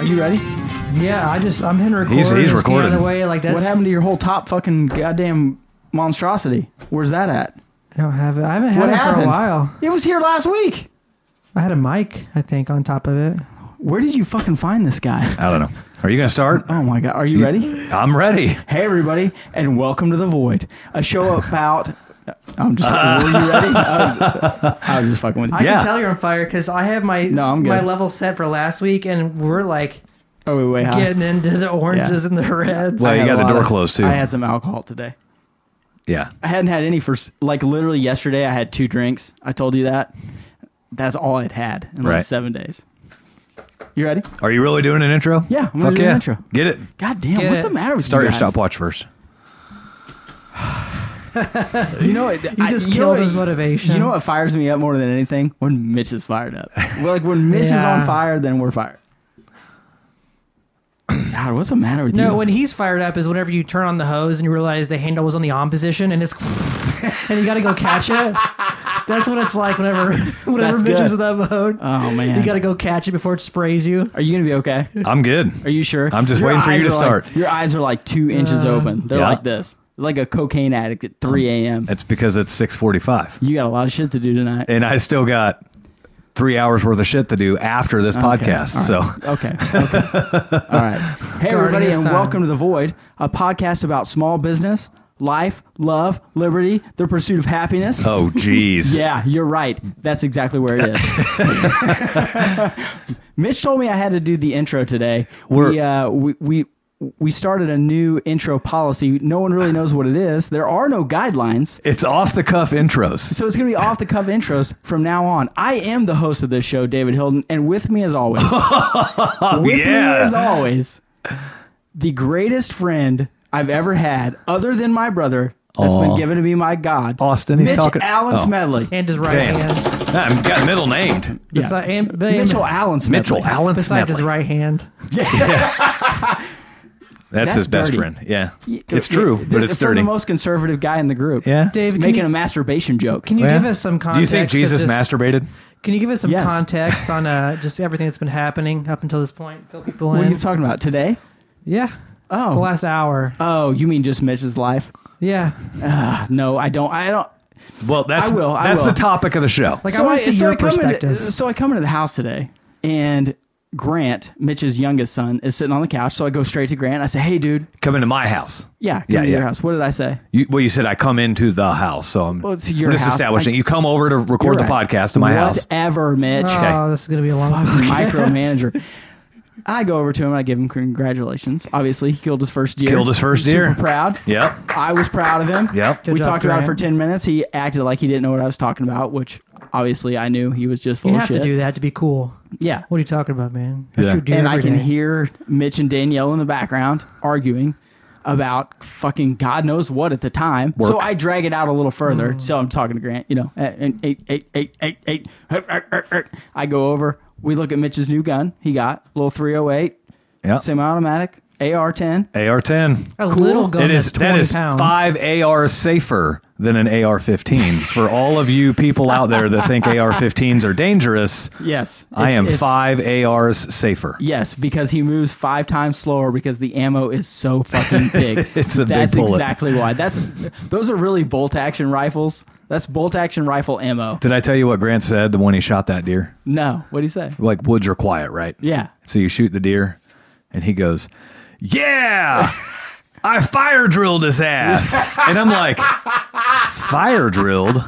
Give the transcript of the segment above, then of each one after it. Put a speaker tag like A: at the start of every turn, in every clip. A: Are you ready?
B: Yeah, I just I'm hitting record.
C: He's- he's
B: just getting Out
C: recording.
B: of the way like that's.
A: what happened to your whole top fucking goddamn monstrosity? Where's that at?
B: I don't have it. I haven't had
A: What
B: it for a
A: happened?
B: while.
A: It was here last week.
B: I had a mic, I think, on top of it.
A: Where did you fucking find this guy?
C: I don't know. Are you going to start?
A: Oh my god, are you ready?
C: I'm ready.
A: Hey everybody, and welcome to the Void, a show about. uh, I'm just. were you ready? I was, I was just fucking with you.
B: I
C: Yeah.
B: can tell you're on fire because I have my
A: No, I'm
B: my
A: good.
B: level set for last week, and we're like
A: Oh wait, wait, hi.
B: getting into the oranges and the reds.
C: Well,
A: I
C: you
A: had
C: got
A: a
C: the
A: lot
C: door
A: of-
C: closed, too.
A: I had some alcohol today.
C: Yeah.
A: I hadn't had any for s- like literally yesterday. I had two drinks. I told you that. That's all I'd had in like
C: Right.
A: seven days. You ready?
C: Are you really doing an intro?
A: Yeah, I'm gonna
C: Fuck
A: do an
C: yeah.
A: intro.
C: Get it.
A: God damn!
B: Get
A: what's
B: it.
A: the matter with
C: Start
A: you
C: your
A: guys?
C: stopwatch first.
A: You know, it,
B: You
A: I-
B: just
A: you know
B: killed
A: what-
B: his motivation.
A: You know what fires me up more than anything? When Mitch is fired up. Well, like when Mitch is
B: Yeah.
A: on fire, then we're fired. God, what's the matter with you?
B: No, when he's fired up is whenever you turn on the hose and you realize the handle was on the on position and it's and you got to go catch it. That's what it's like whenever whenever
A: That's
B: bitches
A: good.
B: in that mode.
A: oh man,
B: you got to go catch it before it sprays you.
A: Are you gonna be okay?
C: I'm good.
A: Are you sure?
C: I'm just waiting for you
A: eyes
C: to
A: are like-
C: start.
A: your eyes are like two inches
B: Uh,
A: open. They're
C: yeah. Um,
A: like this, like a cocaine addict at 3 a.m.
C: That's because it's 645.
A: You got a lot of shit to do tonight.
C: And I still got three hours worth of shit to do after this podcast.
A: All
C: So
A: right. okay. okay. All right. Hey everybody,
B: his
A: and
B: time.
A: welcome to the Void, a podcast about small business, life, love, liberty, the pursuit of happiness.
C: Oh, geez.
A: Yeah, you're right. That's exactly where it is. Mitch told me I had to do the intro today.
C: We're-
A: we, uh, we we we started a new intro policy. No one really knows what it is. There are no guidelines.
C: It's off the cuff intros.
A: So it's going to be off the cuff intros from now on. I am the host of this show, David Hilden, and with me as always, with
C: yeah.
A: me as always, the greatest friend I've ever had, other than my brother, that's been
C: Aw.
A: given to me my God,
C: Austin, he's
A: Mitch
C: talking-
A: Allen
C: oh.
A: Smedley,
B: And his right
C: Damn.
B: hand.
C: I've got middle named.
A: Yeah.
B: Besi- and-
A: Mitchell Allen Smedley.
C: Mitchell Allen
B: Besides his
C: Smedley.
B: right hand.
C: That's,
A: That's
C: his best
A: dirty.
C: friend. Yeah. It's true, but it's
A: from
C: dirty.
A: the most conservative guy in the group.
C: Yeah.
B: Dave, can
A: making
B: you,
A: a masturbation joke.
B: can you
C: Oh, Yeah.
B: give us some context?
C: Do you think
B: of
C: Jesus
B: this-
C: masturbated?
B: Can you give us some
A: Yes.
B: context on uh, just everything that's been happening up until this point? Fill people
A: what are
B: in.
A: you talking about today?
B: yeah.
A: Oh,
B: The last hour.
A: oh, you mean just Mitch's life?
B: Yeah.
A: No, I don't. I don't.
C: Well, that's
A: I will, I
C: that's
A: will.
C: the topic of the show.
B: Like I want to see your
A: come uh,
B: perspective.
A: Into, so I come into the house today, and Grant, Mitch's youngest son, is sitting on the couch. So I go straight to Grant. I say, "Hey, dude,
C: Come into my house.
A: yeah, come
C: Yeah,
A: to
C: yeah.
A: your house." What did I say?
C: You, well, you said I come into the house, so I'm,
A: Well, it's your
C: I'm just
A: house.
C: establishing.
A: I-
C: you come over to record the
A: You're right.
C: podcast to my house.
A: Whatever, Mitch.
B: Oh, this is going to be a long
A: Fucking micromanager. I go over to him and I give him congratulations. Obviously, he killed his first deer.
C: Killed his first
A: Super
C: deer.
A: Proud.
C: Yep.
A: I was proud of him.
C: Yep. Good
A: we
B: job,
A: talked about it for
B: Grant.
A: ten minutes. He acted like he didn't know what I was talking about, which obviously I knew. He was just full
B: You
A: of
B: have
A: shit.
B: to do that to be cool.
A: Yeah.
B: What are you talking about, man? That's
C: Yeah.
B: your dude
A: and I
B: every
A: can
B: day.
A: hear Mitch and Danielle in the background arguing about fucking God knows what at the time. So I drag it out a little further.
B: Mm.
A: So I'm talking to Grant, you know, eh, eh, eh, eh, eh, eh, eh, eh, eh, eh, eh. I go over. We look at Mitch's new gun he got, little 308,
C: Yep.
A: semi-automatic, AR-10.
C: AR-10.
B: a little gun
C: It is
B: that's 20
C: that is
B: pounds.
C: five ARs safer than an AR-15 for all of you people out there that think AR-15s are dangerous.
A: Yes,
C: I
A: It's-
C: am
A: it's-
C: five ARs safer.
A: Yes, because he moves five times slower because the ammo is so fucking big.
C: It's a big
A: That's
C: bullet.
A: exactly why. That's those are really bolt action rifles. That's bolt action rifle ammo.
C: Did I tell you what Grant said the when he shot that deer?
A: No, what do you say?
C: Like woods are quiet, right?
A: Yeah.
C: So you shoot the deer, and he goes, "Yeah, I fire drilled his ass." and I'm like, "Fire drilled?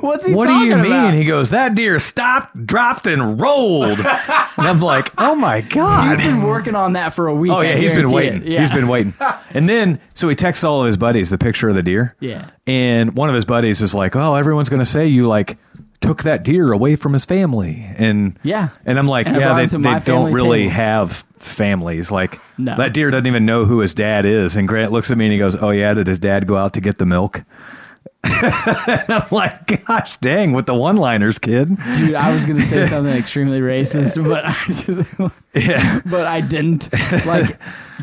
A: What's he
C: What do
A: talking
C: you mean?"
A: about?
C: He goes, "That deer stopped, dropped, and rolled." and I'm like, "Oh my
A: You've
C: god."
A: been working on that for a week.
C: Oh
A: I
C: yeah, he's been
A: guarantee
C: waiting.
A: it. Yeah.
C: He's been waiting. And then so he texts all of his buddies the picture of the deer.
A: Yeah.
C: And one of his buddies is like, "Oh, everyone's going to say you like took that deer away from his family." And
A: Yeah.
C: And I'm like,
A: And I
C: "Yeah,
A: brought
C: they,
A: him to my
C: they don't
A: family
C: really
A: table."
C: have families. Like
A: No.
C: that deer doesn't even know who his dad is." And Grant looks at me and he goes, "Oh yeah, did his dad go out to get the milk?" and I'm like, "Gosh, dang, with the one-liners, kid."
A: Dude, I was gonna say something extremely racist, but I,
C: Yeah.
A: but I didn't. Like,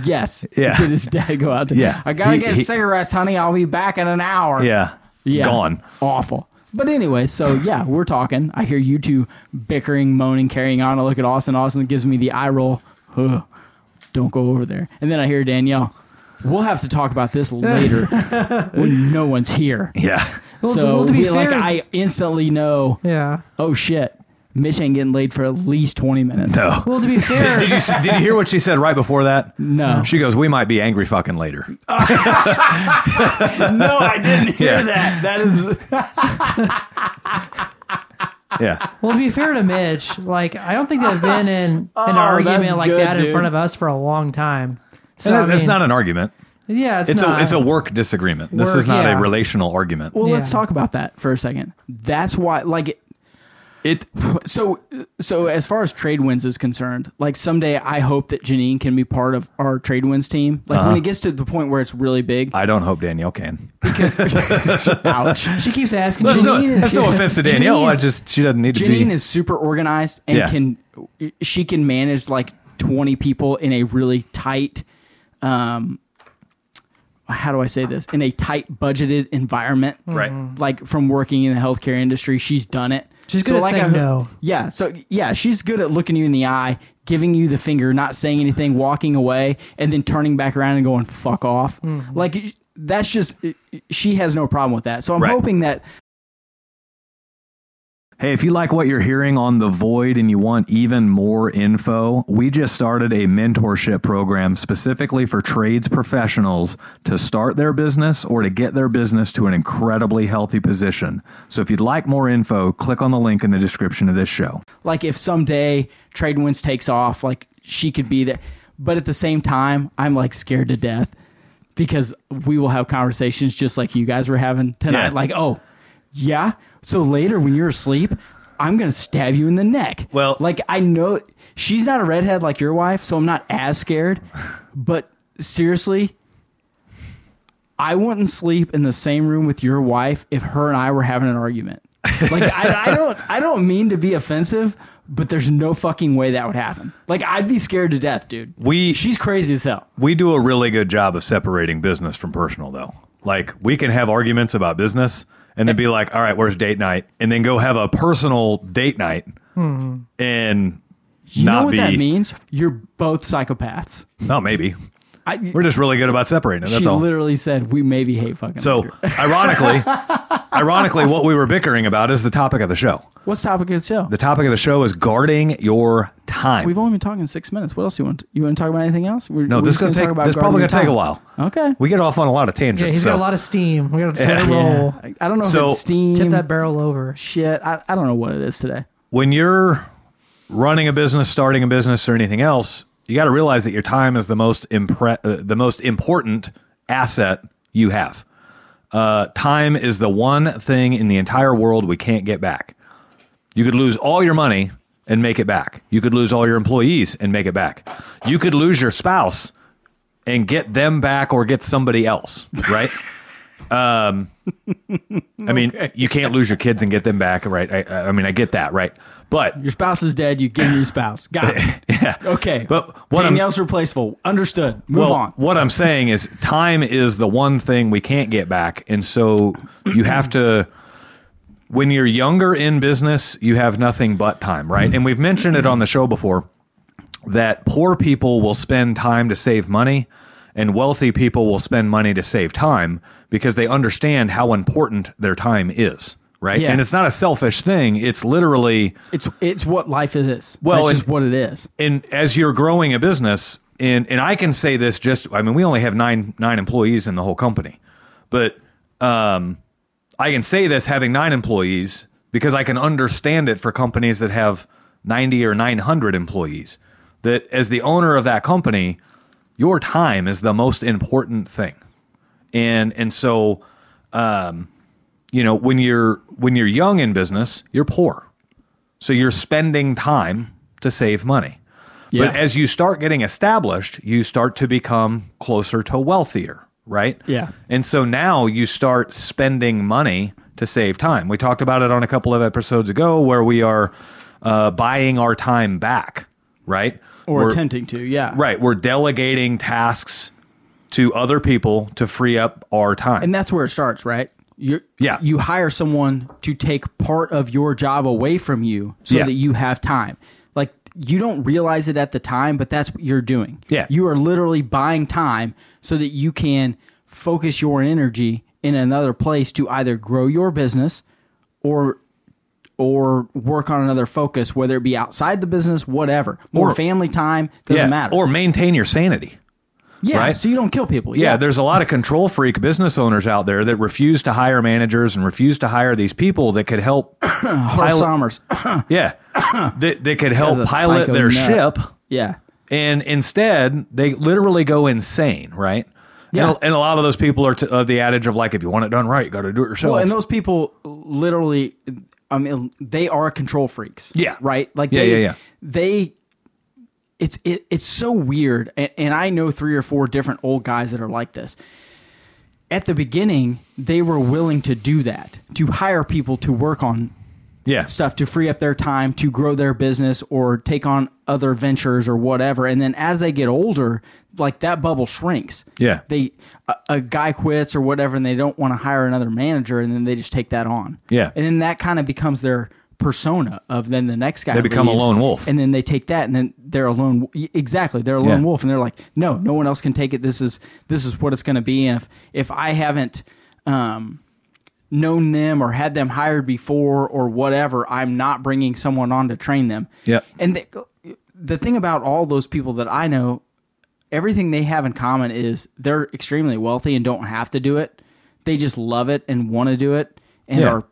A: yes.
C: Yeah.
A: Did his dad go out? To,
C: Yeah.
A: I gotta
C: He-
A: get
C: he-
A: cigarettes, honey. I'll be back in an hour.
C: Yeah.
A: Yeah.
C: Gone.
A: Awful. But anyway, so yeah, we're talking. I hear you two bickering, moaning, carrying on. I look at Austin. Austin gives me the eye roll. "Ugh, don't go over there. And then I hear Danielle, we'll have to talk about this later when no one's here.
C: Yeah.
B: Well,
A: so
B: well, to be
A: we- like
B: fair-
A: I instantly know,
B: Yeah.
A: oh shit, Mitch ain't getting laid for at least 20 minutes.
C: No.
B: Well, to be fair,
C: Did you see, did you hear what she said right before that?
A: No.
C: She goes, "We might be angry fucking later."
A: no, I didn't hear
C: Yeah.
A: that. That is
C: Yeah.
B: well, to be fair to Mitch, like I don't think they've been in an
C: Oh,
A: that's
B: argument like
A: good,
B: that in
A: dude.
B: front of us for a long time. So
C: And
B: I
C: it's
B: mean,
C: not an argument.
B: Yeah, it's,
C: It's
B: not.
C: a it's a work disagreement. this
B: Work,
C: is not
B: yeah.
C: a relational argument.
A: Well, let's
B: Yeah.
A: talk about that for a second. That's why like it-
C: it
A: so so as far as trade wins is concerned, like someday I hope that Janine can be part of our trade wins team. Like when it gets to the point where it's really big,
C: I don't hope Danielle can.
A: ouch.
B: She keeps asking.
C: That's, no,
B: Janine is-
C: that's no offense to Danielle. I
A: Janine's-
C: just she doesn't need to
A: Janine
C: be.
A: is super organized and
C: Yeah.
A: can she can manage like 20 people in a really tight um how do I say this? In a tight budgeted environment.
C: Right. Mhm.
A: Like from working in the healthcare industry, she's done it.
B: She's good at saying
A: ho-
B: no.
A: Yeah. So yeah, she's good at looking you in the eye, giving you the finger, not saying anything, walking away, and then turning back around and going, fuck off.
B: Hmm.
A: Like that's just she has no problem with that. So I'm
C: Right.
A: hoping that
C: Hey, if you like what you're hearing on The Void and you want even more info, we just started a mentorship program specifically for trades professionals to start their business or to get their business to an incredibly healthy position. So if you'd like more info, click on the link in the description of this show.
A: like if someday trade winds takes off like she could be there but at the same time i'm like scared to death because we will have conversations just like you guys were having tonight
C: Yeah.
A: like oh yeah so later when you're asleep i'm gonna stab you in the neck
C: Well-
A: like i know she's not a redhead like your wife so i'm not as scared but seriously I wouldn't sleep in the same room with your wife if her and I were having an argument. Like I, I don't, I don't mean to be offensive, but there's no fucking way that would happen. Like I'd be scared to death, dude.
C: We-
A: she's crazy as hell.
C: We do a really good job of separating business from personal, though. Like, we can have arguments about business and then be like, all right, where's date night? And then go have a personal date night and
A: Hmm. You
C: not
A: know what
C: be.
A: that means? You're both psychopaths.
C: Oh, maybe.
A: I,
C: We're just really good about separating it. That's
A: she
C: all.
A: literally said we maybe hate fucking.
C: so,
A: Andrew."
C: ironically, ironically, what we were bickering about is the topic of the show.
A: what's the topic of the show?
C: The topic of the show is guarding your time.
A: We've only been talking six minutes. What else you want? You want to talk about anything else? We're,
C: no,
A: we're
C: this
A: just
C: is gonna
A: talk
C: take.
A: about
C: This is probably gonna take
A: guarding
C: a while.
A: your time. Okay.
C: We get off on a lot of tangents.
B: yeah, he's
C: so.
B: got a lot of steam. We got to let it roll.
A: yeah. I, I don't know
C: So-
A: if it's steam.
B: Tip that barrel over.
A: shit. I, I don't know what it is today.
C: when you're running a business, starting a business, or anything else, you got to realize that your time is the most impre- uh, the most important asset you have. Uh, time is the one thing in the entire world we can't get back. You could lose all your money and make it back. You could lose all your employees and make it back. You could lose your spouse and get them back or get somebody else, right? um, I mean, you can't lose your kids and get them back, right? I- I, I mean, I get that, right? But
A: Your spouse is dead. You give him your spouse. Got it.
C: yeah.
A: Okay.
C: But what I'm,
A: Danielle's replaceable. Understood. Move
C: well,
A: on.
C: what I'm saying is time is the one thing we can't get back. And so you have to when you're younger in business, you have nothing but time, right? And we've mentioned it on the show before that poor people will spend time to save money and wealthy people will spend money to save time because they understand how important their time is, right?
A: Yeah.
C: And it's not a selfish thing. It's literally
A: It's it's what life is.
C: Well,
A: Well, it's just
C: and-
A: what it is.
C: and as you're growing a business and and I can say this just I mean we only have 9 9 employees in the whole company but um I can say this having 9 employees because I can understand it for companies that have 90 or 900 employees that as the owner of that company your time is the most important thing and and so um you know when you're when you're young in business you're poor so you're spending time to save money.
A: Yeah.
C: But as you start getting established, you start to become closer to wealthier, right?
A: Yeah.
C: And so now you start spending money to save time. We talked about it on a couple of episodes ago where we are uh, buying our time back, right?
A: Or
C: We're-
A: attempting to. Yeah.
C: Right. We're delegating tasks to other people to free up our time.
A: And that's where it starts, right? You
C: Yeah.
A: You hire someone to take part of your job away from you so
C: Yeah.
A: that you have time. Like you don't realize it at the time, but that's what you're doing.
C: Yeah.
A: You are literally buying time so that you can focus your energy in another place to either grow your business or or work on another focus, whether it be outside the business, whatever. More
C: Or-
A: family time, doesn't
C: yeah,
A: matter.
C: Or maintain your sanity.
A: yeah,
C: right?
A: so you don't kill people.
C: Yeah, there's a lot of control freak business owners out there that refuse to hire managers and refuse to hire these people that could help
A: Carl
C: pilot.
A: Sommers.
C: Yeah, that, that
A: As
C: could
A: a
C: help pilot
A: psycho
C: their
A: nut.
C: ship,
A: yeah.
C: and instead they literally go insane, right?
A: Yeah.
C: And, a- and a lot of those people are t- of the adage of like, if you want it done right, you got to do it yourself.
A: Well, and those people literally, I mean, they are control freaks.
C: Yeah.
A: Right. Like
C: Yeah,
A: they,
C: yeah, yeah.
A: they, it's it, it's so weird, and, and I know three or four different old guys that are like this. At the beginning, they were willing to do that to hire people to work on
C: yeah,
A: stuff to free up their time to grow their business or take on other ventures or whatever. And then as they get older, like that bubble shrinks.
C: Yeah.
A: They a, a guy quits or whatever and they don't want to hire another manager and then they just take that on.
C: Yeah.
A: And then that kind of becomes their persona of then the next guy
C: They become a
A: leaves,
C: lone wolf.
A: and then they take that and then they're a lone exactly they're a lone
C: Yeah.
A: wolf and they're like no no one else can take it this is this is what it's going to be and if if i haven't um known them or had them hired before or whatever, I'm not bringing someone on to train them.
C: Yep.
A: And the, the thing about all those people that I know, everything they have in common is they're extremely wealthy and don't have to do it. They just love it and want to do it and
C: Yeah.
A: are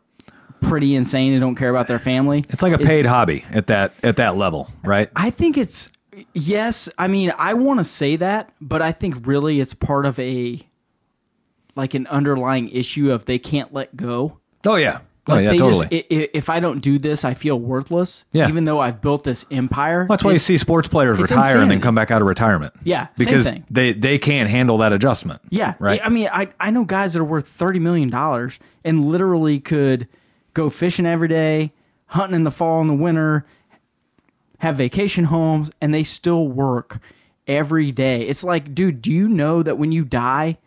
A: pretty insane and don't care about their family.
C: it's like a paid hobby at that at that level, right?
A: I think it's yes. I mean, I want to say that, but I think really it's part of a like an underlying issue of they can't let go.
C: oh yeah, oh
A: Like
C: yeah,
A: they
C: totally.
A: just i- i- if I don't do this, I feel worthless.
C: Yeah.
A: Even though I've built this empire.
C: That's why you
A: It's-
C: see sports players
A: it's
C: retire and then
A: insanity.
C: come back out of retirement.
A: Yeah, same
C: because
A: thing.
C: they they can't handle that adjustment.
A: Yeah.
C: right.
A: I mean, I, I know guys that are worth thirty million dollars and literally could go fishing every day, hunting in the fall and the winter, have vacation homes, and they still work every day. It's like, dude, do you know that when you die,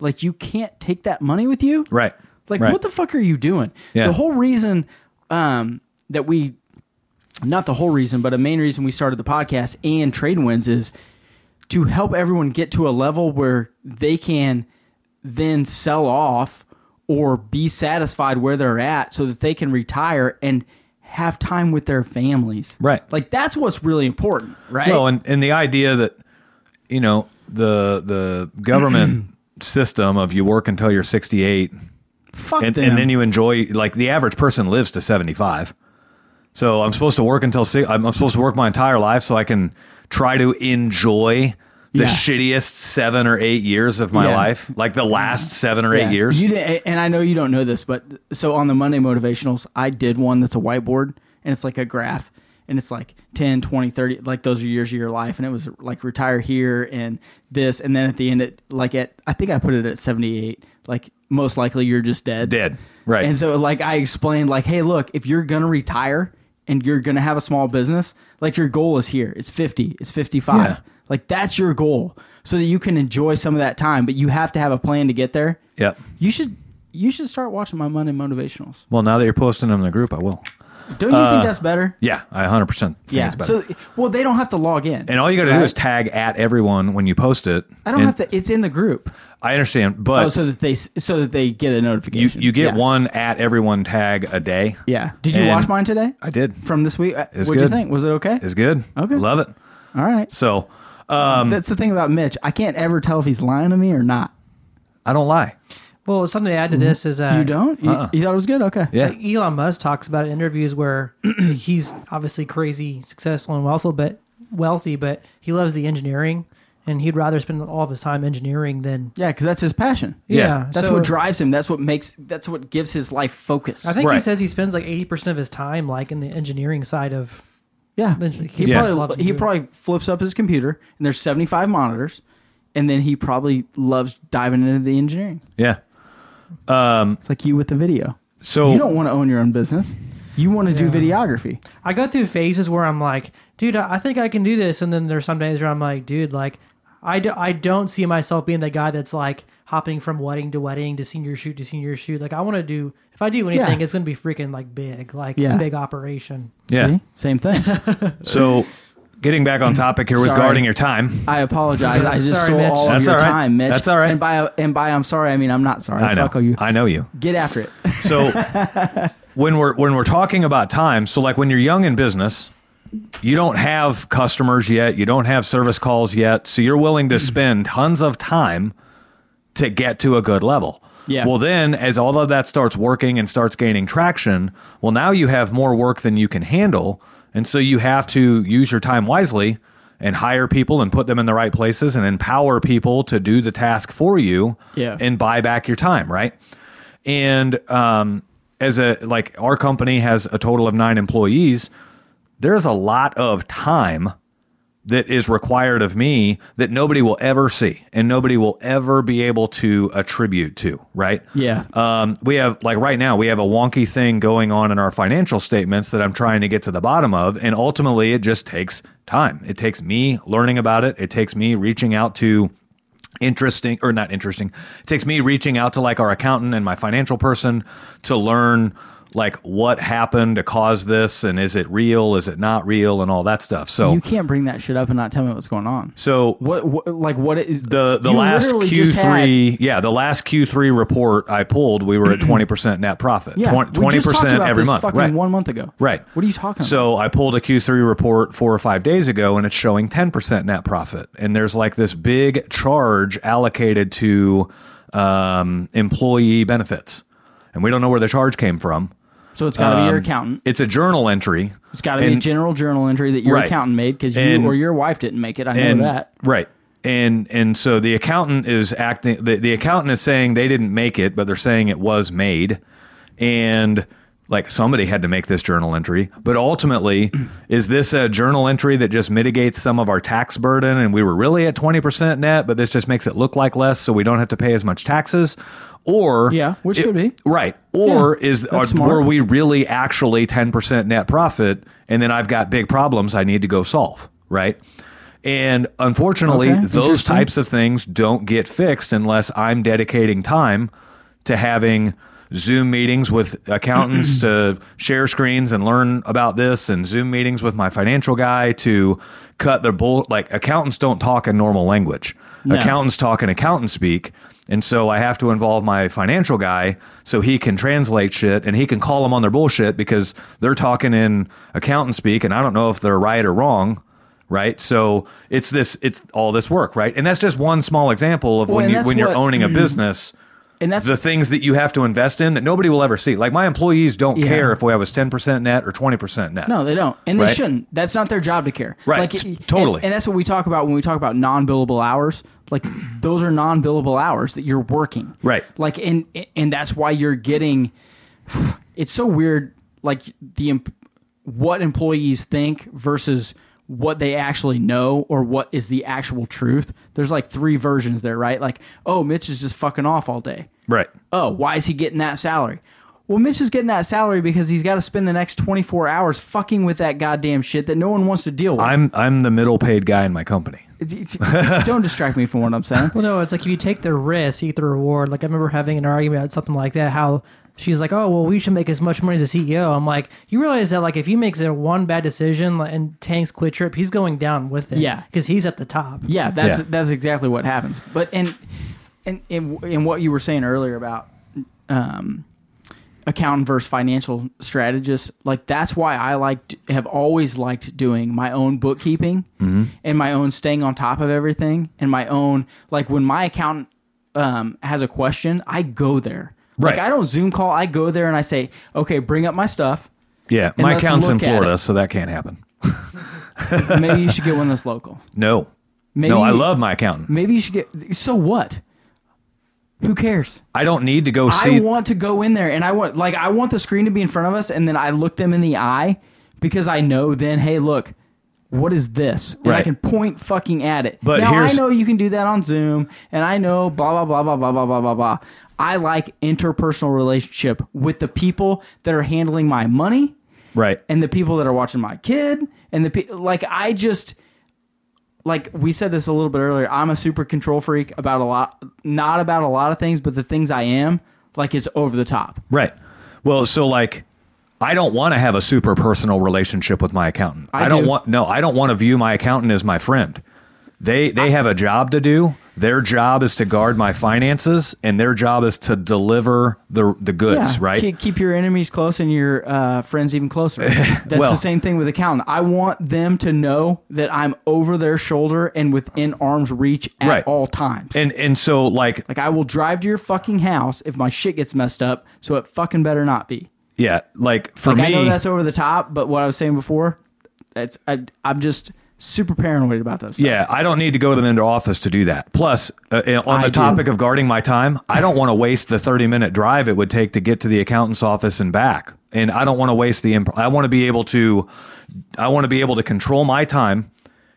A: like you can't take that money with you?
C: Right.
A: Like,
C: Right.
A: what the fuck are you doing?
C: Yeah.
A: The whole reason um, that we, not the whole reason, but a main reason we started the podcast and Trade Wins is to help everyone get to a level where they can then sell off or be satisfied where they're at so that they can retire and have time with their families.
C: Right.
A: Like, that's what's really important, right?
C: Well, and, and the idea that you know the the government system of you work until you're 68
A: Fuck
C: and,
A: them.
C: and then you enjoy like the average person lives to 75. So I'm supposed to work until si- I'm I'm supposed to work my entire life so I can try to enjoy the
A: Yeah.
C: shittiest 7 or 8 years of my
A: Yeah.
C: life, like the last 7 or 8
A: Yeah.
C: years.
A: You didn't, and I know you don't know this, but so on the Monday motivationals, I did one that's a whiteboard and it's like a graph and it's like 10, 20, 30, like those are years of your life. And it was like retire here and this. And then at the end, it like at, I think I put it at 78, like most likely you're just dead.
C: Dead. Right.
A: And so like I explained like, hey, look, if you're going to retire and you're going to have a small business, like your goal is here. It's 50, it's 55.
C: Yeah.
A: Like that's your goal so that you can enjoy some of that time, but you have to have a plan to get there.
C: Yep.
A: You should you should start watching my Monday motivationals.
C: Well, now that you're posting them in the group, I will.
A: Don't you think that's better?
C: Yeah, Uh, I 100% think
A: Yeah.
C: it's better.
A: So well, they don't have to log in.
C: and all you got to do
A: Right.
C: is tag at everyone when you post it.
A: I don't
C: And
A: have to. It's in the group.
C: I understand, but
A: Oh, so that they s- so that they get a
C: you,
A: notification.
C: you get
A: Yeah.
C: one at everyone tag a day.
A: Yeah. Did you
C: And
A: watch mine today?
C: I did.
A: From this week, what
C: It's
A: would you
C: good.
A: think? Was it okay?
C: It's good.
A: Okay.
C: Love it.
A: All right.
C: So um,
A: That's the thing about Mitch. I can't ever tell if he's lying to me or not.
C: I don't lie.
B: Well, something to add to this is that
A: Mm-hmm. You don't? You, you thought it was good? Okay.
C: Uh, uh-uh. Yeah.
B: Elon Musk talks about in interviews where he's obviously crazy successful and wealthy, but wealthy, but he loves the engineering, and he'd rather spend all of his time engineering than
A: Yeah, because that's his passion.
C: Yeah.
A: That's
B: so-
A: what drives him. That's what makes. That's what gives his life focus.
B: I think he
C: Right.
B: says he spends like eighty percent of his time like in the engineering side of.
A: Yeah,
B: Eventually,
A: he
B: he
C: Yeah.
B: loves
A: probably
B: to
A: he
B: do it.
A: probably flips up his computer and there's 75 monitors, and then he probably loves diving into the engineering.
C: Yeah.
A: It's like you with the video.
C: So
A: You don't want to own your own business. You want to do
B: Yeah.
A: videography.
B: I go through phases where I'm like, dude, I I think I can do this, and then there's some days where I'm like, dude, like, I do, I don't see myself being the guy that's like hopping from wedding to wedding to senior shoot to senior shoot. Like, I want to do if I do anything, it's gonna be freaking like big, like
A: Yeah.
B: big operation.
C: Yeah.
A: See? Same thing.
C: so getting back on topic here with
A: Sorry.
C: guarding your time.
A: I apologize. I just
B: Sorry,
A: stole
B: Mitch.
A: all
C: That's
A: of your
C: all right.
A: time, Mitch.
C: That's all right.
A: And by and by, I'm sorry. I mean, I'm not sorry.
C: I know.
A: Fuck all you.
C: I know you.
A: Get after it.
C: So when we're when we're talking about time, so like when you're young in business, you don't have customers yet, you don't have service calls yet, so you're willing to spend tons of time to get to a good level.
A: Yeah.
C: Well, then as all of that starts working and starts gaining traction, well now you have more work than you can handle, and so you have to use your time wisely and hire people and put them in the right places and empower people to do the task for you
A: Yeah.
C: and buy back your time, right? And um, as a like our company has a total of nine employees, there's a lot of time that is required of me that nobody will ever see and nobody will ever be able to attribute to, right?
A: Yeah.
C: Um, we have like right now we have a wonky thing going on in our financial statements that I'm trying to get to the bottom of, and ultimately it just takes time. It takes me learning about it. It takes me reaching out to interesting or not interesting. It takes me reaching out to like our accountant and my financial person to learn like what happened to cause this and is it real is it not real and all that stuff so
A: You can't bring that shit up and not tell me what's going on.
C: so
A: What, what like what is
C: the the
A: you
C: last
A: literally just had-
C: Q3 yeah the last Q3 report I pulled we were at 20% net profit
A: Yeah,
C: Twen- 20%
A: we just talked about
C: every
A: this
C: month
A: Fucking
C: right
A: one month ago.
C: right
A: What are you talking about?
C: so I pulled a Q3 report 4 or 5 days ago and it's showing 10% net profit and there's like this big charge allocated to um, employee benefits and we don't know where the charge came from
A: So it's got to be your
C: Um,
A: accountant.
C: it's a journal entry
A: It's got to be a
C: and-
A: general journal entry that your
C: Right.
A: accountant made because you
C: And-
A: or your wife didn't make it. I know
C: and
A: that.
C: right and and so the accountant is acting the, the accountant is saying they didn't make it but they're saying it was made and like somebody had to make this journal entry but ultimately is this a journal entry that just mitigates some of our tax burden and we were really at 20% net but this just makes it look like less so we don't have to pay as much taxes or
A: Yeah, which
C: it-
A: could be.
C: right or
A: Yeah,
C: is
A: that's
C: are,
A: smart.
C: were we really actually 10% net profit and then i've got big problems i need to go solve right and unfortunately
A: Okay,
C: those
A: interesting.
C: types of things don't get fixed unless i'm dedicating time to having zoom meetings with accountants to share screens and learn about this and zoom meetings with my financial guy to cut their bull like accountants don't talk in normal language
A: No.
C: accountants talk in accountant speak. And so I have to involve my financial guy so he can translate shit and he can call them on their bullshit because they're talking in accountant speak and I don't know if they're right or wrong. Right. So it's this, it's all this work. Right. And that's just one small example of
A: Well,
C: when
A: and
C: you,
A: that's
C: when you're
A: what-
C: owning a business,
A: And that's
C: the things that you have to invest in that nobody will ever see. Like my employees don't
A: Yeah.
C: care if I was 10% net or 20% net.
A: No, they don't, and they
C: Right.
A: shouldn't. That's not their job to care.
C: Right,
A: Like,
C: t-
A: and-
C: totally.
A: And, that's what we talk about when we talk about non-billable hours. Like those are non-billable hours that you're working.
C: Right.
A: Like and and that's why you're getting. It's so weird. Like the em- what employees think versus what they actually know or what is the actual truth. There's like three versions there, right? Like, oh, Mitch is just fucking off all day
C: Right.
A: oh, why is he getting that salary? Well, Mitch is getting that salary because he's got to spend the next 24 hours fucking with that goddamn shit that no one wants to deal with.
C: I'm, I'm the middle paid guy in my company.
A: It's- it's- Don't distract me from what I'm saying.
B: Well, no, it's like if you take the risk, you get the reward. Like I remember having an argument about something like that. How she's like, "Oh, well, we should make as much money as a CEO." I'm like, "You realize that like if he makes a one bad decision like, and tanks quit trip, he's going down with it.
A: Yeah.
B: because he's at the top.
A: Yeah, that's
C: Yeah.
A: that's exactly what happens. But and and and, and what you were saying earlier about um, accountant versus financial strategist, like that's why I like to- have always liked doing my own bookkeeping and my own staying on top of everything and my own like when my accountant um, has a question, I go there.
C: Right.
A: Like I don't Zoom call. I go there and I say, okay, bring up my stuff.
C: Yeah.
A: And
C: my
A: let's
C: accountant's in
A: look at
C: Florida,
A: it.
C: so that can't happen.
A: Maybe you should get one that's local.
C: No.
A: Maybe-
C: no, I love my accountant.
A: Maybe you should get. So what? Who cares?
C: I don't need to go
A: I
C: see.
A: want to go in there and I want like I want the screen to be in front of us and then I look them in the eye because I know then hey look what is this and I
C: Right.
A: can point fucking at it.
C: But
A: now
C: here's-
A: I know you can do that on Zoom and I know blah blah blah blah blah blah blah blah blah. I like interpersonal relationship with the people that are handling my money
C: right.
A: and the people that are watching my kid and the pe- like I just like we said this a little bit earlier i'm a super control freak about a lot not about a lot of things but the things i am like it's over the top
C: right. Well, so like I don't want to have a super personal relationship with my accountant.
A: I
C: I, don't
A: do.
C: want no, I don't want to view my accountant as my friend. They they have a job to do. Their job is to guard my finances and their job is to deliver the the goods, right?
A: Keep, keep your enemies close and your uh, friends even closer. That's
C: Well-
A: the same thing with accountant. I want them to know that I'm over their shoulder and within arm's reach at
C: Right.
A: all times.
C: And and so like
A: like I will drive to your fucking house if my shit gets messed up, so it fucking better not be.
C: yeah, like for
A: Like,
C: me
A: I know that's over the top, but what I was saying before, that's I, I'm just super paranoid about that stuff.
C: Yeah, I don't need to go to their office to do that. Plus, uh, on
A: I
C: the
A: do.
C: topic of guarding my time, I don't want to waste the 30 minute drive it would take to get to the accountant's office and back. And I don't want to waste the imp- I want to be able to I want to be able to control my time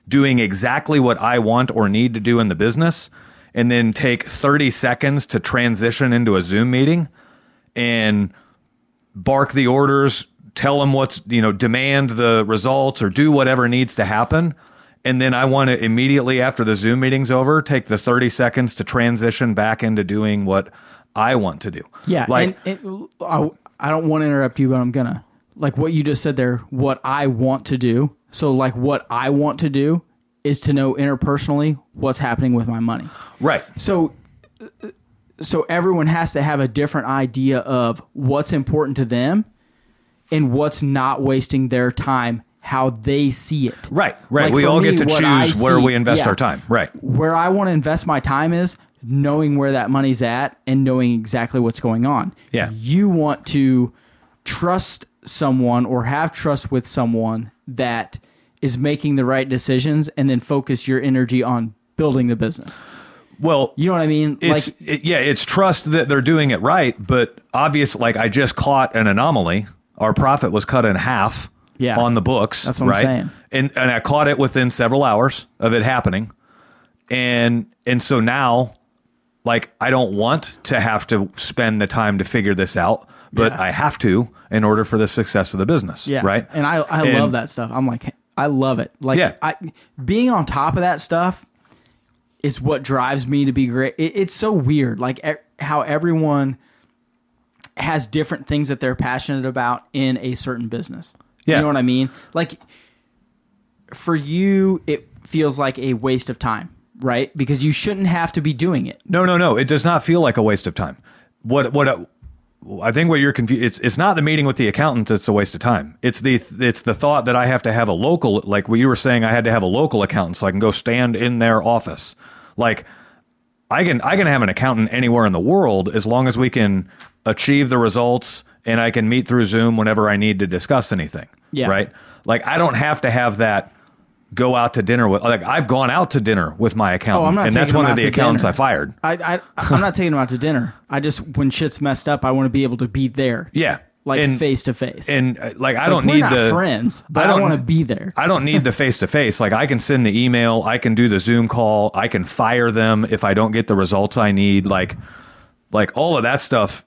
C: doing exactly what I want or need to do in the business and then take 30 seconds to transition into a Zoom meeting and bark the orders, tell them what's, you know, demand the results or do whatever needs to happen. And then I want to immediately after the Zoom meeting's over, take the 30 seconds to transition back into doing what I want to do.
A: Yeah,
C: Like,
A: and it, I, I don't want to interrupt you, but I'm gonna. Like what you just said there, what I want to do. So, like, what I want to do is to know interpersonally what's happening with my money.
C: right.
A: So, uh, so everyone has to have a different idea of what's important to them and what's not wasting their time, how they see it.
C: Right. Right.
A: Like,
C: we
A: for
C: all
A: me,
C: get to
A: what I
C: choose where
A: see-
C: we invest
A: yeah.
C: our time. Right.
A: Where I want to invest my time is knowing where that money's at and knowing exactly what's going on.
C: Yeah.
A: You want to trust someone or have trust with someone that is making the right decisions and then focus your energy on building the business.
C: Well,
A: You know what I mean?
C: it's it, yeah, it's trust that they're doing it right, but obvious like I just caught an anomaly. Our profit was cut in half
A: Yeah.
C: on the books.
A: That's what I'm
C: right?
A: saying.
C: And and I caught it within several hours of it happening. And and so now like I don't want to have to spend the time to figure this out, but
A: Yeah.
C: I have to in order for the success of the business.
A: Yeah.
C: Right.
A: And I I
C: And-
A: love that stuff. I'm like I love it. Like
C: Yeah.
A: I being on top of that stuff is what drives me to be great. It, it's so weird like e- how everyone has different things that they're passionate about in a certain business.
C: Yeah.
A: You know what I mean? Like for you it feels like a waste of time, right? Because you shouldn't have to be doing it.
C: No, no, no. It does not feel like a waste of time. What what I think what you're confused it's it's not the meeting with the accountant that's a waste of time. It's the it's the thought that I have to have a local like what you were saying I had to have a local accountant so I can go stand in their office. Like I can I can have an accountant anywhere in the world as long as we can achieve the results and I can meet through Zoom whenever I need to discuss anything.
A: Yeah.
C: Right? Like I don't have to have that go out to dinner with like I've gone out to dinner with my accountant
A: Oh, not
C: and that's
A: taking
C: one
A: them out
C: of the
A: to
C: accountants
A: dinner.
C: I fired.
A: I, I I'm not taking them out to dinner. I just when shit's messed up, I want to be able to be there.
C: Yeah.
A: Like
C: And-
A: face to face.
C: and uh, like I don't
A: we're
C: need
A: not
C: the
A: friends, but I
C: don't
A: wanna be there.
C: I don't need the face to face. Like I can send the email, I can do the Zoom call, I can fire them if I don't get the results I need. Like, like all of that stuff.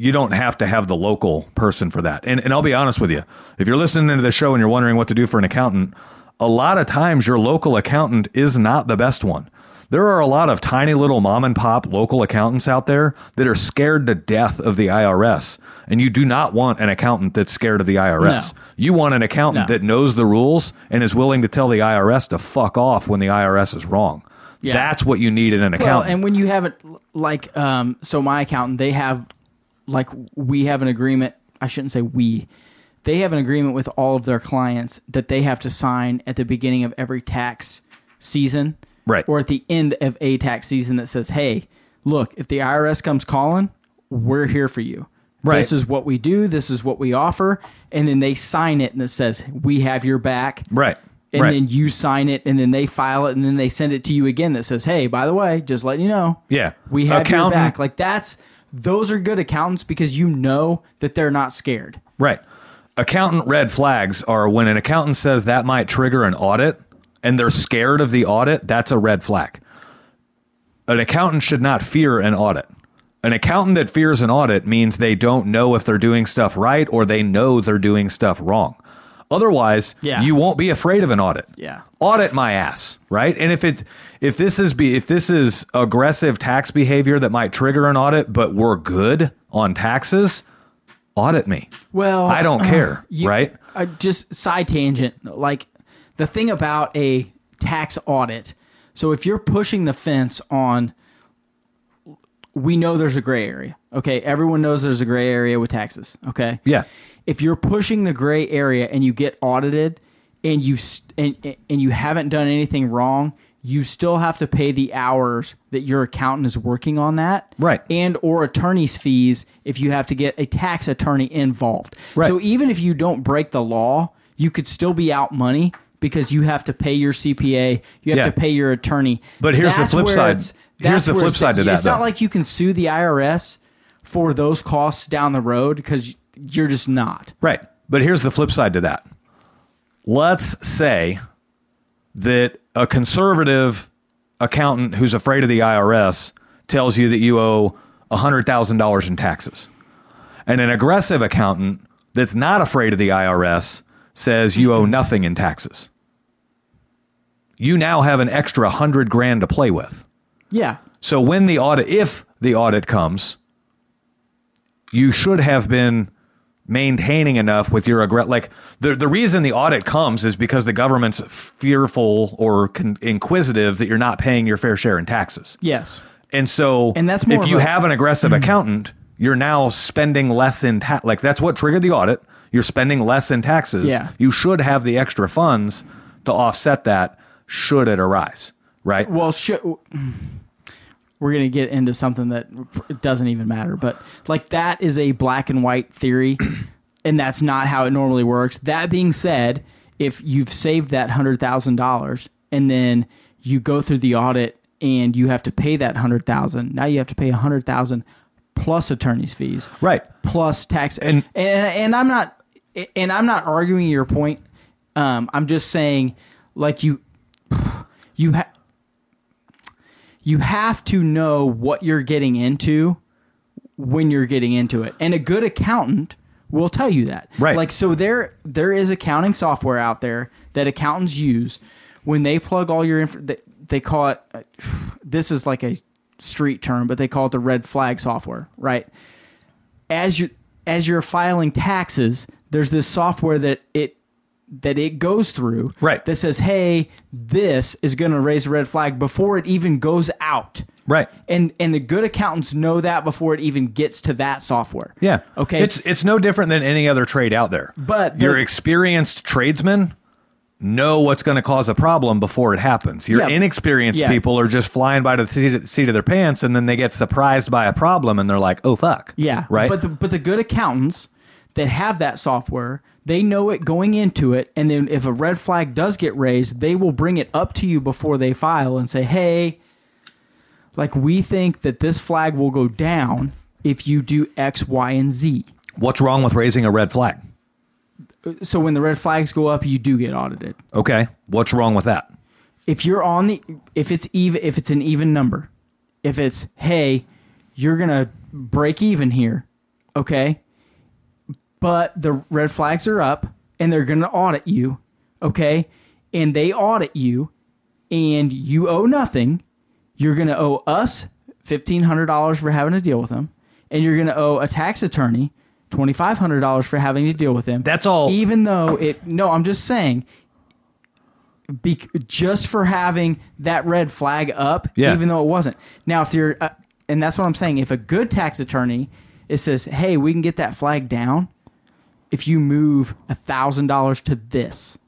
C: You don't have to have the local person for that. And and I'll be honest with you, if you're listening to the show and you're wondering what to do for an accountant, a lot of times your local accountant is not the best one. There are a lot of tiny little mom and pop local accountants out there that are scared to death of the IRS. And you do not want an accountant that's scared of the IRS.
A: No.
C: You want an accountant
A: No.
C: that knows the rules and is willing to tell the IRS to fuck off when the IRS is wrong.
A: Yeah.
C: That's what you need in an
A: well,
C: accountant.
A: and when you haven't like um, so my accountant, they have like we have an agreement. I shouldn't say we. They have an agreement with all of their clients that they have to sign at the beginning of every tax season,
C: Right.
A: Or at the end of a tax season that says, "Hey, look, if the IRS comes calling, we're here for you."
C: Right.
A: This is what we do. This is what we offer, and then they sign it, and it says, "We have your back."
C: right.
A: and
C: right.
A: then you sign it, and then they file it, and then they send it to you again that says, "Hey, by the way, just letting you know,
C: Yeah.
A: we have your
C: Accountant-
A: back." Like that's those are good accountants because you know that they're not scared.
C: Right. Accountant red flags are when an accountant says that might trigger an audit and they're scared of the audit, that's a red flag. An accountant should not fear an audit. An accountant that fears an audit means they don't know if they're doing stuff right or they know they're doing stuff wrong. Otherwise,
A: Yeah.
C: you won't be afraid of an audit.
A: Yeah.
C: Audit my ass, right? And if it if this is be if this is aggressive tax behavior that might trigger an audit, but we're good on taxes, audit me.
A: Well,
C: I don't care, right?
A: Uh, just side tangent. Like the thing about a tax audit. So if you're pushing the fence on, we know there's a gray area. Okay, everyone knows there's a gray area with taxes. Okay.
C: Yeah.
A: If you're pushing the gray area and you get audited, and you st- and and you haven't done anything wrong, you still have to pay the hours that your accountant is working on that.
C: Right.
A: And or attorney's fees if you have to get a tax attorney involved.
C: Right.
A: So even if you don't break the law, you could still be out money because you have to pay your CPA, you have
C: Yeah.
A: to pay your attorney.
C: But here's the flip
A: where
C: side.
A: it's-
C: Here's
A: that's
C: the
A: where
C: flip
A: it's-
C: side to that,
A: It's not
C: though.
A: like you can sue the IRS for those costs down the road because you're just not.
C: Right. But here's the flip side to that. Let's say that a conservative accountant who's afraid of the IRS tells you that you owe $100,000 in taxes. And an aggressive accountant that's not afraid of the IRS says you owe nothing in taxes. You now have an extra 100 grand to play with.
A: Yeah.
C: So when the audit, if the audit comes, you should have been maintaining enough with your regret. Like the the reason the audit comes is because the government's fearful or con- inquisitive that you're not paying your fair share in taxes.
A: Yes.
C: And so,
A: And that's more
C: if
A: of
C: you
A: a- Hmm.
C: have an aggressive accountant, you're now spending less in tax. Like that's what triggered the audit. You're spending less in taxes.
A: Yeah.
C: You should have the extra funds to offset that should it arise. Right.
A: Well, sh- we're gonna get into something that it doesn't even matter, but like that is a black and white theory, and that's not how it normally works. That being said, if you've saved that hundred thousand dollars and then you go through the audit and you have to pay that hundred thousand, now you have to pay a hundred thousand plus attorney's fees,
C: Right.
A: Plus tax,
C: And-
A: and and I'm not and I'm not arguing your point. Um, I'm just saying, like you, you have you have to know what you're getting into when you're getting into it and a good accountant will tell you that
C: Right.
A: like so there there is accounting software out there that accountants use when they plug all your inf- they, they call it uh, this is like a street term but they call it the red flag software right as you as you're filing taxes, there's this software that it that it goes through
C: Right.
A: that says, "Hey, this is going to raise a red flag before it even goes out."
C: Right.
A: And and the good accountants know that before it even gets to that software.
C: Yeah.
A: Okay.
C: It's it's no different than any other trade out there.
A: But
C: your
A: the-
C: experienced tradesmen know what's going to cause a problem before it happens. Your
A: Yeah.
C: inexperienced
A: Yeah.
C: people are just flying by the seat of, seat of their pants, and then they get surprised by a problem, and they're like, "Oh fuck!"
A: Yeah.
C: Right.
A: But the, but the good accountants that have that software, they know it going into it, and then if a red flag does get raised, they will bring it up to you before they file and say, "Hey, like we think that this flag will go down if you do X, Y, and Z."
C: what's wrong with raising a red flag?
A: So when the red flags go up, you do get audited.
C: Okay. What's wrong with that?
A: if you're on the if it's even if it's an even number if it's hey you're gonna break even here okay but the red flags are up and they're gonna audit you okay and they audit you and you owe nothing you're gonna owe us $1500 for having to deal with them and you're gonna owe a tax attorney $2500 for having to deal with them
C: That's all-
A: even though it no i'm just saying be, just for having that red flag up,
C: Yeah.
A: even though it wasn't. Now, if you're, uh, and that's what I'm saying, if a good tax attorney it says, "Hey, we can get that flag down if you move a thousand dollars to this,"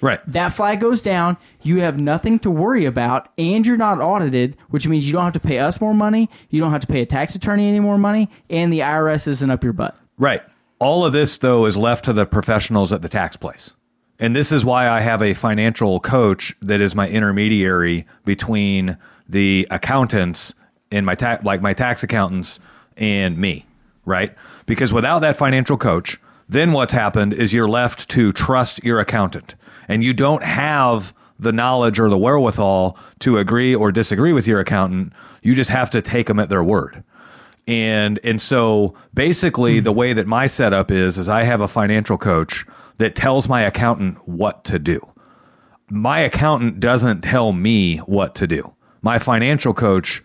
C: Right.
A: that flag goes down. You have nothing to worry about, and you're not audited, which means you don't have to pay us more money. You don't have to pay a tax attorney any more money, and the IRS isn't up your butt.
C: Right. All of this, though, is left to the professionals at the tax place. And this is why I have a financial coach that is my intermediary between the accountants and my tax, like my tax accountants and me, right? Because without that financial coach, then what's happened is you're left to trust your accountant and you don't have the knowledge or the wherewithal to agree or disagree with your accountant. You just have to take them at their word and and so basically the way that my setup is is I have a financial coach that tells my accountant what to do. My accountant doesn't tell me what to do. My financial coach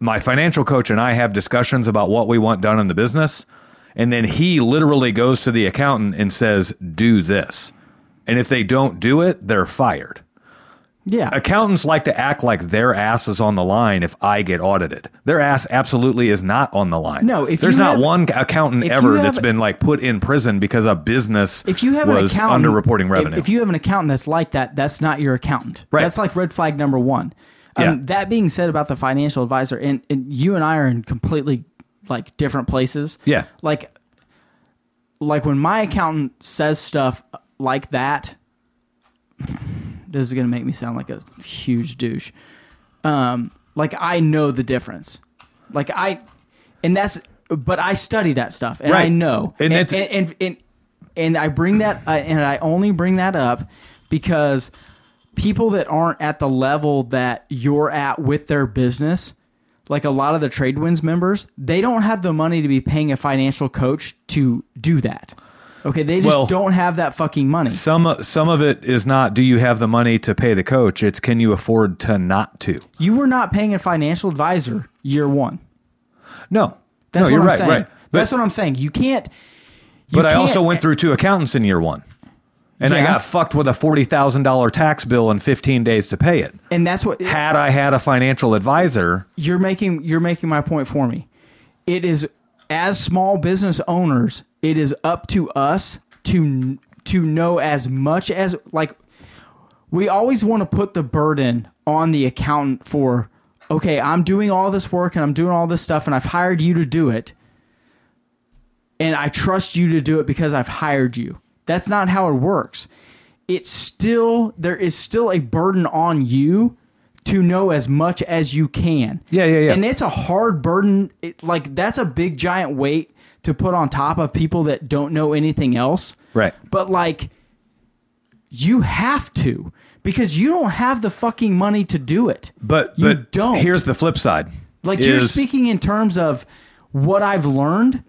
C: my financial coach and I have discussions about what we want done in the business And then he literally goes to the accountant and says, do this. And if they don't do it, they're fired.
A: Yeah.
C: Accountants like to act like their ass is on the line if I get audited. Their ass absolutely is not on the line.
A: No, if
C: there's
A: you
C: not
A: have-
C: one accountant
A: if
C: ever
A: you have-
C: that's been like put in prison because a business
A: if you have
C: was
A: an accountant
C: underreporting
A: if-
C: revenue.
A: If, you have an accountant that's like that, that's not your accountant.
C: Right.
A: That's like red flag number one. Um,
C: Yeah.
A: That being said, about the financial advisor, and, and you and I are in completely like different places.
C: Yeah.
A: Like, like when my accountant says stuff like that, this is gonna make me sound like a huge douche. Um, like I know the difference. Like I, and that's, but I study that stuff and I
C: Right.
A: know,
C: And that's-
A: and and and I bring that uh, and I only bring that up because people that aren't at the level that you're at with their business, like a lot of the Tradewinds members, they don't have the money to be paying a financial coach to do that. Okay, they just
C: Well-
A: don't have that fucking money.
C: some some of it is not do you have the money to pay the coach? It's can you afford to not to?
A: You were not paying a financial advisor year one.
C: No.
A: That's what
C: no, you're
A: I'm
C: right,
A: saying.
C: right. But,
A: That's what I'm saying. You can't. you
C: but I also
A: can't-
C: went through two accountants in year 1. And I
A: Yeah.
C: got fucked with a $40,000 tax bill in 15 days to pay it.
A: and that's what
C: Had I had a financial advisor,
A: you're making you're making my point for me. It is as small business owners, it is up to us to to know as much as like we always want to put the burden on the accountant for okay, I'm doing all this work and I'm doing all this stuff and I've hired you to do it. And I trust you to do it because I've hired you. That's not how it works. It's still there is still a burden on you to know as much as you can.
C: Yeah, yeah, yeah.
A: And it's a hard burden. It, like that's a big giant weight to put on top of people that don't know anything else.
C: Right.
A: But like you have to because you don't have the fucking money to do it.
C: but
A: you
C: but
A: don't.
C: here's the flip side.
A: like you're
C: is-
A: speaking in terms of what I've learned,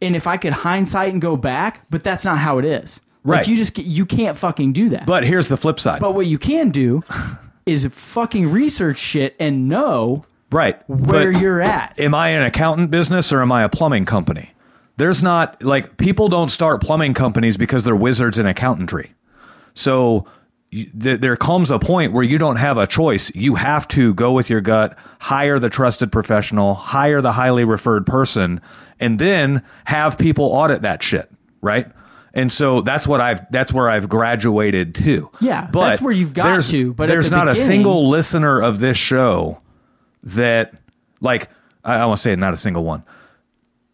A: and if I could hindsight and go back, but that's not how it is. Like
C: Right.
A: you just you can't fucking do that.
C: But here's the flip side.
A: but what you can do is fucking research shit and know
C: right.
A: where
C: but
A: you're at.
C: Am I an accountant business or am I a plumbing company? There's not like people don't start plumbing companies because they're wizards in accountantry. So you, th- there comes a point where you don't have a choice. You have to go with your gut, hire the trusted professional, hire the highly referred person, and then have people audit that shit, right? And so that's what I've that's where I've graduated to.
A: Yeah, that's where you've got
C: there's-
A: to, but at
C: there's
A: the
C: not a
A: beginning-
C: single listener of this show that like I, I want to say not a single one.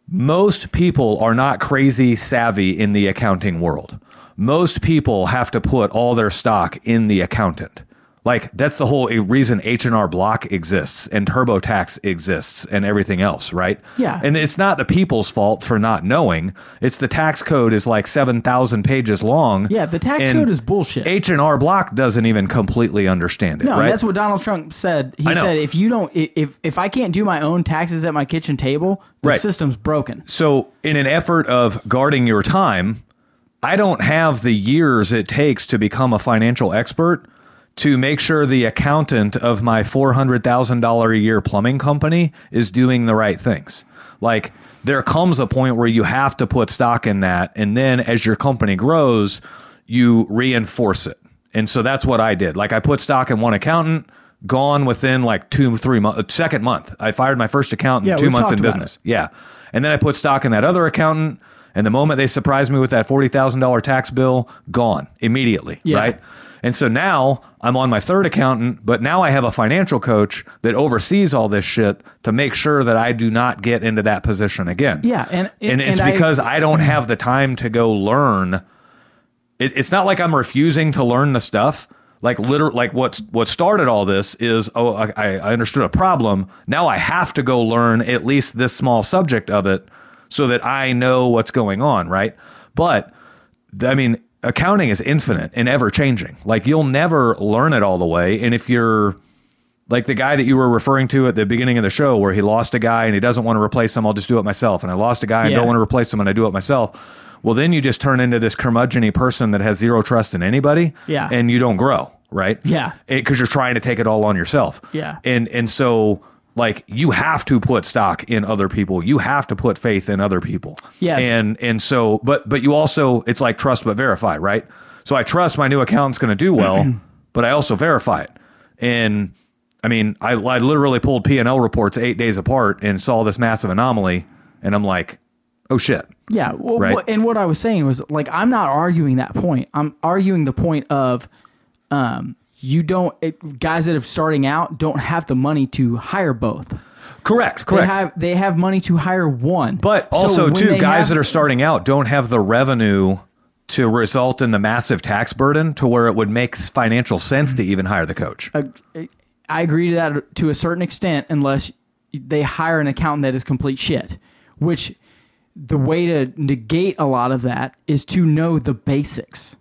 C: Most people are not crazy savvy in the accounting world. Most people have to put all their stock in the accountant. Like that's the whole reason H&R Block exists and TurboTax exists and everything else, right?
A: Yeah.
C: And it's not the people's fault for not knowing. It's the tax code is like 7,000 pages long.
A: Yeah, the tax
C: and
A: code is bullshit.
C: H&R Block doesn't even completely understand it,
A: No,
C: right?
A: that's what Donald Trump said. He
C: I know.
A: said, "If you don't, i- if if I can't do my own taxes at my kitchen table, the
C: Right.
A: system's broken."
C: So, in an effort of guarding your time, I don't have the years it takes to become a financial expert to make sure the accountant of my $400,000 a year plumbing company is doing the right things. Like, there comes a point where you have to put stock in that. And then as your company grows, you reinforce it. And so that's what I did. Like, I put stock in one accountant. Gone within like two, three months, second month. I fired my first accountant
A: Yeah,
C: two
A: we've
C: months in
A: talked about
C: business. Yeah. And then I put stock in that other accountant. And the moment they surprised me with that $40,000 tax bill, gone immediately.
A: Yeah.
C: Right. And so now I'm on my third accountant, but now I have a financial coach that oversees all this shit to make sure that I do not get into that position again.
A: Yeah, and-
C: and,
A: and-
C: it's
A: and I- Mm.
C: because I don't have the time to go learn it, it's not like I'm refusing to learn the stuff. Like liter, like what's what started all this is oh I, I I understood a problem. Now I have to go learn at least this small subject of it so that I know what's going on, right? But th- I mean, accounting is infinite and ever changing. Like you'll never learn it all the way. And if you're like the guy that you were referring to at the beginning of the show where he lost a guy and he doesn't want to replace him, I'll just do it myself. And I lost a guy and
A: Yeah.
C: don't want to replace him and I do it myself. Well, then you just turn into this curmudgeon person that has zero trust in anybody.
A: Yeah.
C: And you don't grow, right?
A: Yeah.
C: Because you're trying to take it all on yourself.
A: Yeah.
C: And and so like you have to put stock in other people. You have to put faith in other people.
A: Yes.
C: And and so but but you also it's like trust but verify, right? So I trust my new accountant's going to do well, but I also verify it. And I mean, I, I literally pulled P&L reports 8 days apart and saw this massive anomaly and I'm like, "Oh shit."
A: Yeah. Well,
C: Right.
A: what- and what I was saying was like I'm not arguing that point. I'm arguing the point of um you don't it, guys that are starting out don't have the money to hire both.
C: Correct.
A: They
C: Correct.
A: have they have money to hire one.
C: But
A: So
C: also,
A: when
C: too,
A: they have-
C: guys that are starting out don't have the revenue to result in the massive tax burden to where it would make s- financial sense
A: Mm-hmm.
C: to even hire the coach.
A: Uh, I agree to that to a certain extent unless they hire an accountant that is complete shit, which the way to negate a lot of that is to know the basics.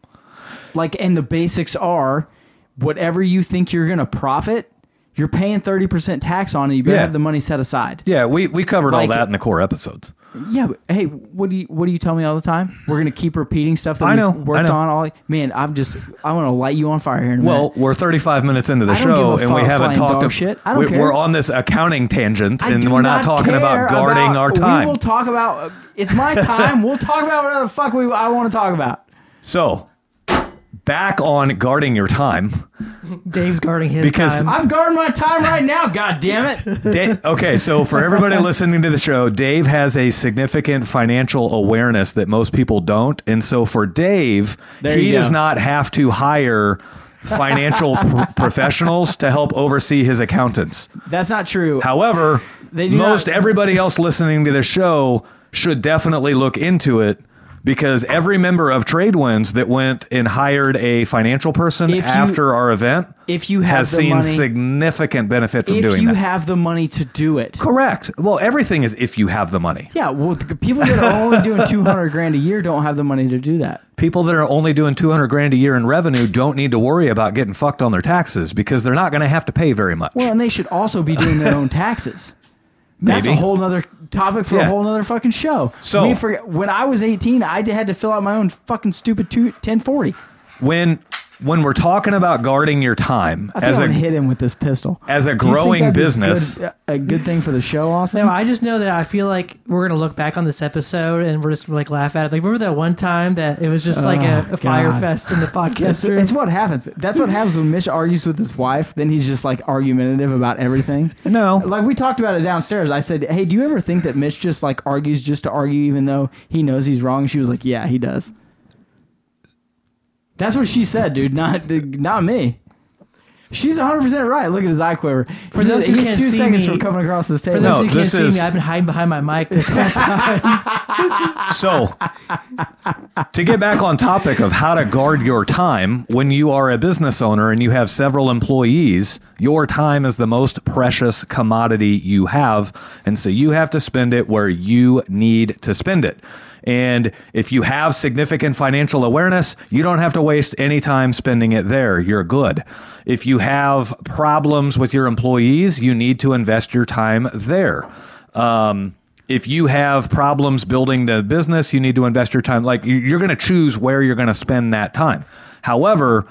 A: Like and the basics are whatever you think you're going to profit, you're paying 30% tax on it, you better
C: Yeah.
A: have the money set aside.
C: yeah, we, we covered all
A: Like-
C: that in the core episodes.
A: Yeah, but hey, what do you what do you tell me all the time? We're going to keep repeating stuff that
C: I know,
A: we've worked
C: I know.
A: on all man, I'm just I want to light you on fire here in a minute.
C: Well, we're 35 minutes into the
A: I don't
C: show
A: give a
C: and we
A: fu-
C: haven't
A: flying
C: talked
A: dog
C: ab-
A: shit. I don't
C: we,
A: care.
C: We're on this accounting tangent
A: I
C: and
A: do
C: we're not, talking
A: care
C: about guarding
A: about-
C: our
A: We
C: time.
A: will talk about. It's my time. we'll talk about whatever the fuck we I want to talk about.
C: so, back on guarding your time.
B: Dave's guarding his
C: Because-
B: time.
A: I'm guarding my time right now. God damn it!
C: Da- okay, so for everybody listening to the show, Dave has a significant financial awareness that most people don't. And so for Dave,
A: There
C: he
A: you go.
C: does not have to hire financial pr- professionals to help oversee his accountants.
A: That's not true.
C: However,
A: They do
C: most
A: not-
C: everybody else listening to the show should definitely look into it. Because every member of Tradewinds that went and hired a financial person
A: If you-
C: after our event
A: if you have
C: has
A: the
C: seen
A: money-
C: significant benefit from
A: if
C: doing
A: you
C: that.
A: have the money to do it,
C: Correct. Well, everything is if you have the money.
A: yeah. Well, the people that are only doing 200 grand a year don't have the money to do that.
C: People that are only doing 200 grand a year in revenue don't need to worry about getting fucked on their taxes because they're not going to have to pay very much.
A: Well, and they should also be doing their own taxes. That's
C: Maybe.
A: a whole nother topic for
C: Yeah.
A: a whole nother fucking show.
C: So-
A: we forget, when I was 18, I had to fill out my own fucking stupid two, 1040.
C: when when we're talking about guarding your time
A: I think
C: as
A: I'm
C: a
A: gonna hit him with this pistol.
C: as
A: Do
C: a
A: you think
C: growing
A: that'd be
C: business-
A: good- a good thing for the show, also.
B: No, I just know that I feel like we're gonna look back on this episode and we're just gonna like laugh at it. Like remember that one time that it was just like a,
A: Oh,
B: a fire
A: God.
B: fest in the podcast
A: it's,
B: room.
A: it's what happens. That's what happens when Mitch argues with his wife. Then he's just like argumentative about everything.
C: No.
A: like we talked about it downstairs. I said, "Hey, do you ever think that Mitch just like argues just to argue, even though he knows he's wrong?" She was like, "Yeah, he does." That's what she said, dude. Not not me. She's 100 percent right. Look at his eye quiver. For
B: those who
A: he has
B: can't
A: two
B: see
A: seconds
B: me-
A: from coming across this table.
B: For those
C: No,
B: who can't
C: this
B: see
C: is-
B: me, I've been hiding behind my mic. This whole time.
C: so to get back on topic of how to guard your time when you are a business owner and you have several employees your time is the most precious commodity you have and so you have to spend it where you need to spend it and if you have significant financial awareness, you don't have to waste any time spending it there. You're good. If you have problems with your employees, you need to invest your time there. Um, if you have problems building the business, you need to invest your time. Like you- you're going to choose where you're going to spend that time. However,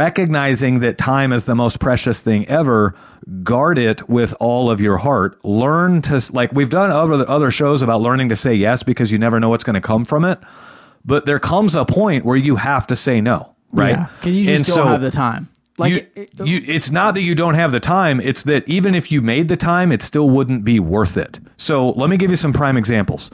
C: recognizing that time is the most precious thing ever, guard it with all of your heart. Learn to like we've done other other shows about learning to say yes because you never know what's going to come from it. But there comes a point where you have to say no, right?
A: because you just
C: And
A: don't
C: so-
A: have the time. Like
C: you,
A: it- it-
C: you, it's not that you don't have the time. It's that even if you made the time, it still wouldn't be worth it. So let me give you some prime examples.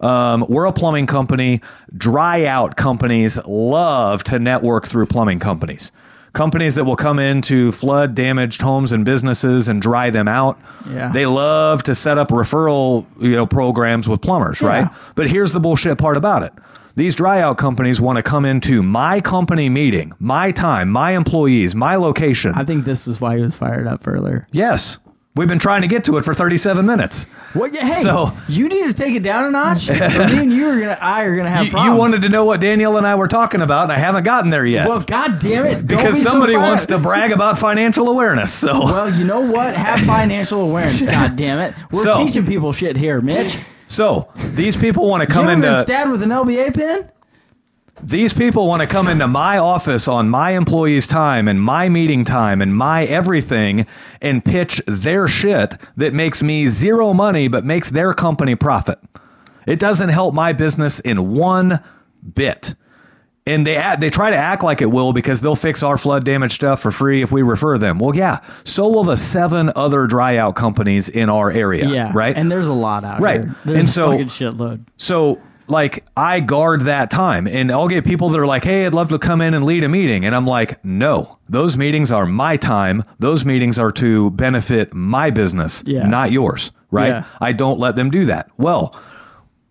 C: Um, we're a plumbing company. Dry out companies love to network through plumbing companies. Companies that will come in to flood damaged homes and businesses and dry them out.
A: Yeah.
C: They love to set up referral you know programs with plumbers, right? But here's the bullshit part about it. These dryout companies want to come into my company meeting, my time, my employees, my location.
A: I think this is why he was fired up earlier.
C: yes. We've been trying to get to it for 37 minutes.
A: What? Hey,
C: So-
A: you need to take it down a notch. me and you are gonna, I are gonna have
C: You, you
A: problems.
C: wanted to know what Danielle and I were talking about, and I haven't gotten there yet.
A: Well, god damn it! don't
C: because
A: be so
C: somebody
A: fired
C: wants
A: up.
C: to brag about financial awareness. So
A: Well, you know what? Have financial awareness. God damn it! We're
C: So-
A: teaching people shit here, Mitch.
C: so these people want to
A: You
C: come
A: ever been
C: into
A: stabbed with an LBA pin?
C: These people want to come into my office on my employees' time and my meeting time and my everything and pitch their shit that makes me zero money but makes their company profit. It doesn't help my business in one bit. And they act, they try to act like it will because they'll fix our flood damage stuff for free if we refer them. Well, yeah, so will the seven other dry out companies in our area.
A: Yeah.
C: Right.
A: And there's a lot out
C: Right.
A: here. There's
C: And
A: a
C: so-
A: fucking shitload.
C: So like I guard that time and I'll get people that are like, "Hey, I'd love to come in and lead a meeting." And I'm like, "No. Those meetings are my time. Those meetings are to benefit my business,
A: Yeah.
C: not yours." Right?
A: Yeah.
C: I don't let them do that. Well,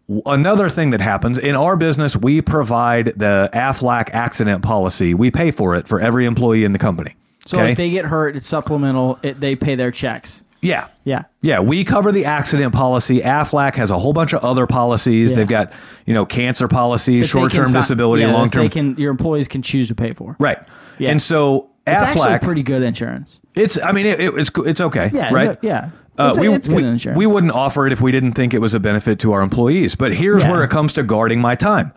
C: w- Another thing that happens in our business, we provide the AFLAC accident policy. We pay for it for every employee in the company.
A: So
C: okay?
A: if they get hurt, it's supplemental. It, they pay their checks.
C: yeah.
A: Yeah.
C: Yeah, we cover the accident policy. AFLAC has a whole bunch of other policies.
A: Yeah.
C: They've got, you know, cancer policy,
A: That they can
C: short term
A: si-
C: disability,
A: yeah, that
C: long term.
A: They can your employees can choose to pay for.
C: Right.
A: Yeah.
C: And so
A: It's
C: AFLAC,
A: actually pretty good insurance.
C: it's, I mean, it, it, it's, it's okay.
A: Yeah.
C: right?
A: It's a, yeah.
C: Uh,
A: It's,
C: we,
A: a, it's good
C: we,
A: insurance.
C: we wouldn't offer it if we didn't think it was a benefit to our employees. But here's
A: Yeah.
C: where it comes to guarding my time.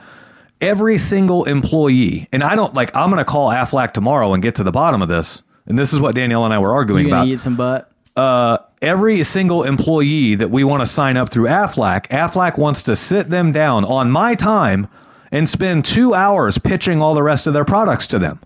C: Every single employee, and I don't like, I'm going to call AFLAC tomorrow and get to the bottom of this. And this is what Danielle and I were arguing
A: You're gonna
C: about.
A: eat some butt.
C: uh, every single employee that we want to sign up through AFLAC, AFLAC wants to sit them down on my time and spend two hours pitching all the rest of their products to them.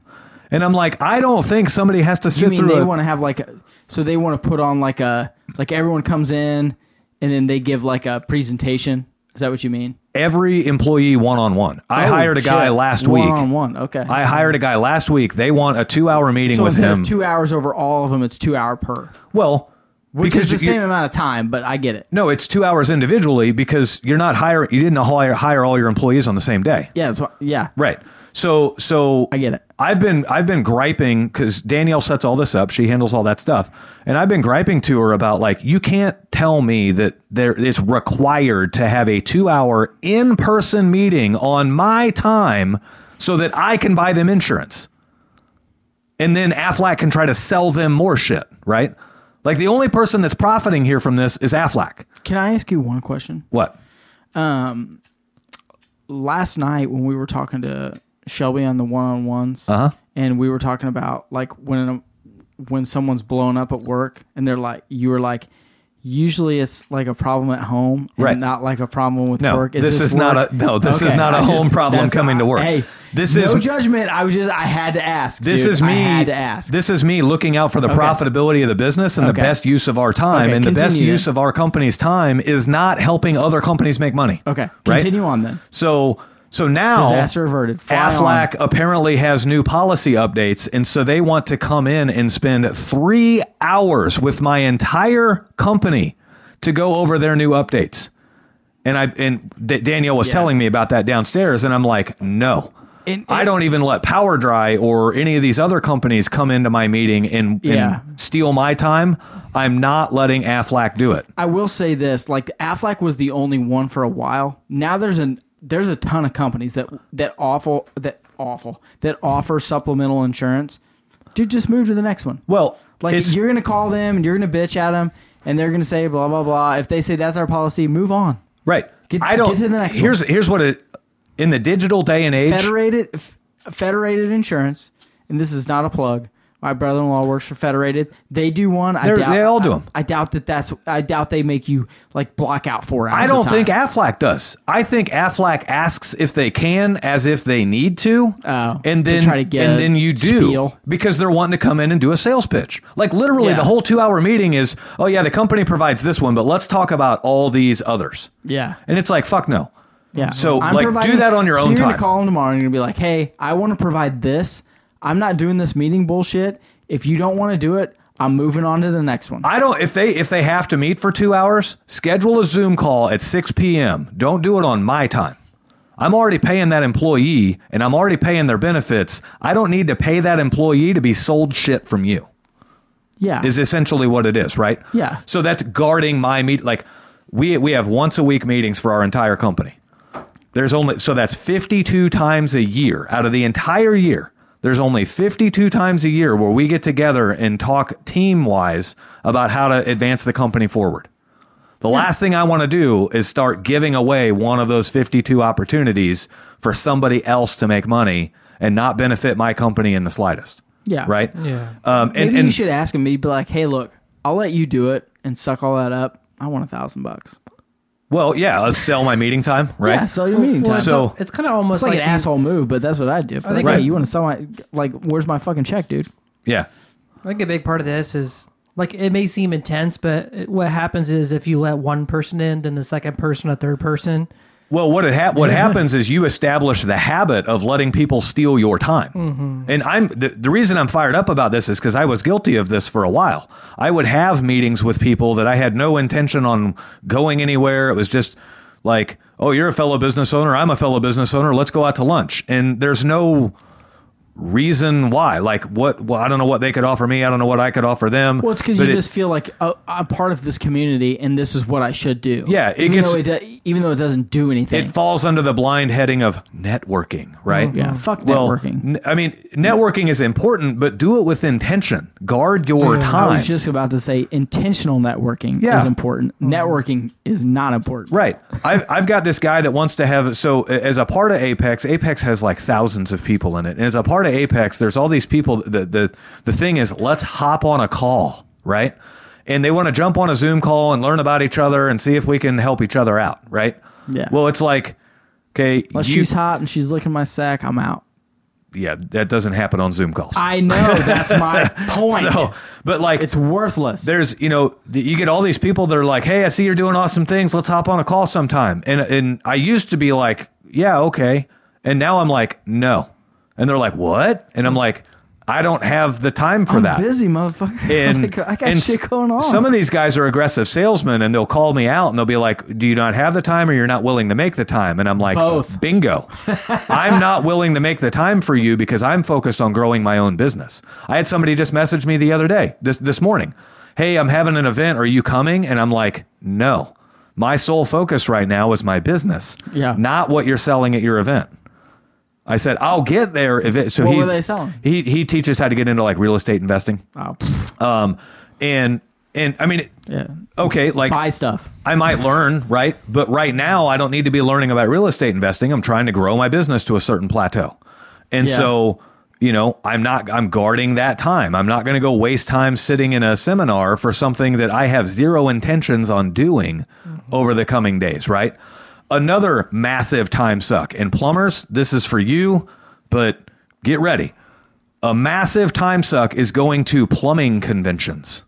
C: And I'm like, I don't think somebody has to sit
A: I mean,
C: through
A: they
C: a,
A: want to have like, a, so they want to put on like a, like everyone comes in, and then they give like a presentation. Is that what you mean?
C: every employee one on one. I
A: Oh,
C: hired a guy
A: shit.
C: last
A: one
C: week.
A: on one. Okay.
C: I hired a guy last week. They want a two hour meeting
A: so
C: with
A: instead
C: him.
A: of two hours over all of them, it's two hour per,
C: well,
A: which
C: because
A: is the
C: you-
A: same amount of time. But I get it.
C: no, it's two hours individually because you're not hiring. You didn't hire hire all your employees on the same day.
A: Yeah. That's what, yeah.
C: Right. So so
A: I get it.
C: I've been I've been griping because Danielle sets all this up. She handles all that stuff, and I've been griping to her about like you can't tell me that there it's required to have a two hour in person meeting on my time so that I can buy them insurance, and then Aflac can try to sell them more shit. Right. Like the only person that's profiting here from this is Aflac.
A: Can I ask you one question?
C: What?
A: last night when we were talking to Shelby on the one on ones,
C: Uh-huh.
A: and we were talking about like when um, when someone's blown up at work, and they're like, you were like, usually it's like a problem at home, and
C: Right.
A: Not like a problem with
C: No,
A: work.
C: this is not
A: work?
C: a- no, this is not a
A: I
C: home problem
A: that's-
C: coming to work.
A: Hey,
C: This
A: this is
C: is-
A: no judgment. I was just I had to ask.
C: This
A: dude.
C: is
A: I
C: me.
A: had to ask.
C: This is me looking out for the profitability of the business and the
A: Okay.
C: best use of our time.
A: Okay,
C: and the best
A: continue
C: use
A: then.
C: of our company's time is not helping other companies make money.
A: okay,
C: Right?
A: continue on then.
C: So so now
A: Disaster averted. Fly on.
C: Aflac apparently has new policy updates, and so they want to come in and spend three hours with my entire company to go over their new updates. And I and D- Danielle was
A: Yeah.
C: telling me about that downstairs, and I'm like, no.
A: And-
C: I
A: and-
C: don't even let Power Dry or any of these other companies come into my meeting and,
A: Yeah.
C: and steal my time. I'm not letting Aflac do it.
A: I will say this: like Aflac was the only one for a while. Now there's an there's a ton of companies that that awful that awful that offer supplemental insurance. Dude, just move to the next one.
C: Well,
A: like
C: it's-
A: you're gonna call them and you're gonna bitch at them, and they're gonna say blah blah blah. If they say that's our policy, move on.
C: Right.
A: Get-
C: I don't.
A: get to the next
C: here's here's what it in the digital day and age.
A: Federated f- Federated Insurance, and this is not a plug. My brother-in-law works for Federated. They do one. I
C: They're-
A: doubt
C: they all do
A: I-
C: 'em.
A: I, doubt that that's. I doubt they make you like block out four hours.
C: I
A: of
C: don't
A: time.
C: think Aflac does. I think Aflac asks if they can, as if they need to,
A: Oh,
C: and
A: to
C: then
A: try to get
C: and
A: a
C: then you do
A: spiel.
C: because they're wanting to come in and do a sales pitch. Like literally,
A: Yeah.
C: the whole two-hour meeting is, oh yeah, the company provides this one, but let's talk about all these others.
A: Yeah.
C: and it's like fuck no.
A: Yeah.
C: So, like, do that on your
A: so
C: own
A: you're
C: time.
A: gonna call them tomorrow and you're gonna be like, "Hey, I want to provide this. I'm not doing this meeting bullshit. If you don't want to do it, I'm moving on to the next one."
C: I don't if they if they have to meet for two hours, schedule a Zoom call at six PM. Don't do it on my time. I'm already paying that employee and I'm already paying their benefits. I don't need to pay that employee to be sold shit from you.
A: yeah.
C: Is essentially what it is, right?
A: Yeah.
C: So that's guarding my meet like we we have once a week meetings for our entire company. There's only so that's 52 times a year out of the entire year. There's only 52 times a year where we get together and talk team wise about how to advance the company forward. The last thing I want to do is start giving away one of those 52 opportunities for somebody else to make money and not benefit my company in the slightest.
A: Yeah.
C: Right?
B: Yeah.
C: Um, and,
A: Maybe
C: and
A: you should ask him. Be like, hey, look, I'll let you do it and suck all that up. I want a thousand bucks.
C: well, yeah, I'll sell my meeting time, right?
A: Yeah, sell your meeting time.
B: Well, it's,
C: So-
B: it's kind of almost
A: it's like, an
B: you-
A: asshole move, but that's what I do. Like,
B: think-
A: hey,
C: Right.
A: you want to sell my like? Where's my fucking check, dude?
C: yeah.
B: I think a big part of this is like it may seem intense, but it- what happens is if you let one person in, then the second person, a third person.
C: Well, what it ha- what happens is you establish the habit of letting people steal your time.
A: Mm-hmm.
C: And I'm the, the reason I'm fired up about this is because I was guilty of this for a while. I would have meetings with people that I had no intention on going anywhere. It was just like, oh, you're a fellow business owner. I'm a fellow business owner. Let's go out to lunch. And there's no reason why. Like, what? Well, I don't know what they could offer me. I don't know what I could offer them.
A: Well, it's because
C: But
A: you
C: it-
A: just feel like oh, I'm part of this community, and this is what I should do.
C: Yeah, it
A: even
C: gets-
A: though it, do- even though it doesn't do anything.
C: it falls under the blind heading of networking, right?
A: Mm-hmm. yeah, fuck
C: Well,
A: networking.
C: n- I mean, networking is important, but do it with intention. Guard your
A: I
C: time.
A: was just about to say intentional networking
C: Yeah.
A: is important. Networking is not important.
C: right. I've, I've got this guy that wants to have, so a- as a part of Apex, Apex has like thousands of people in it. And as a part of Apex, there's all these people. The, the, the thing is, let's hop on a call, right? And they want to jump on a Zoom call and learn about each other and see if we can help each other out, right?
A: Yeah.
C: Well, it's like, okay,
A: Unless
C: you,
A: she's hot and she's licking my sack, I'm out.
C: yeah, that doesn't happen on Zoom calls.
A: I know that's my point.
C: so, but like,
A: it's worthless.
C: there's you know the, you get all these people that are like hey i see you're doing awesome things let's hop on a call sometime and and i used to be like yeah okay and now i'm like no and they're like what and i'm like i don't have the time for
A: I'm
C: that
A: busy, motherfucker.
C: and
A: Like, Oh I got
C: and
A: shit
C: s-
A: going on.
C: Some of these guys are aggressive salesmen, and they'll call me out and they'll be like, "Do you not have the time, or you're not willing to make the time?" And I'm like,
A: Both.
C: Bingo! I'm not willing to make the time for you because I'm focused on growing my own business. I had somebody just message me the other day, this this morning. Hey, I'm having an event. Are you coming? And I'm like, No. My sole focus right now is my business,
A: Yeah.
C: not what you're selling at your event. I said, I'll get there if it. So
A: What
C: he,
A: were they selling?
C: He he teaches how to get into like real estate investing.
A: oh, pfft,
C: Um, and and I mean,
A: yeah.
C: okay, like
A: Buy stuff.
C: I might learn, right? But right now, I don't need to be learning about real estate investing. I'm trying to grow my business to a certain plateau, and
A: Yeah.
C: so you know, I'm not. I'm guarding that time. I'm not going to go waste time sitting in a seminar for something that I have zero intentions on doing over the coming days, right? Another massive time suck. And plumbers, this is for you, but get ready. A massive time suck is going to plumbing conventions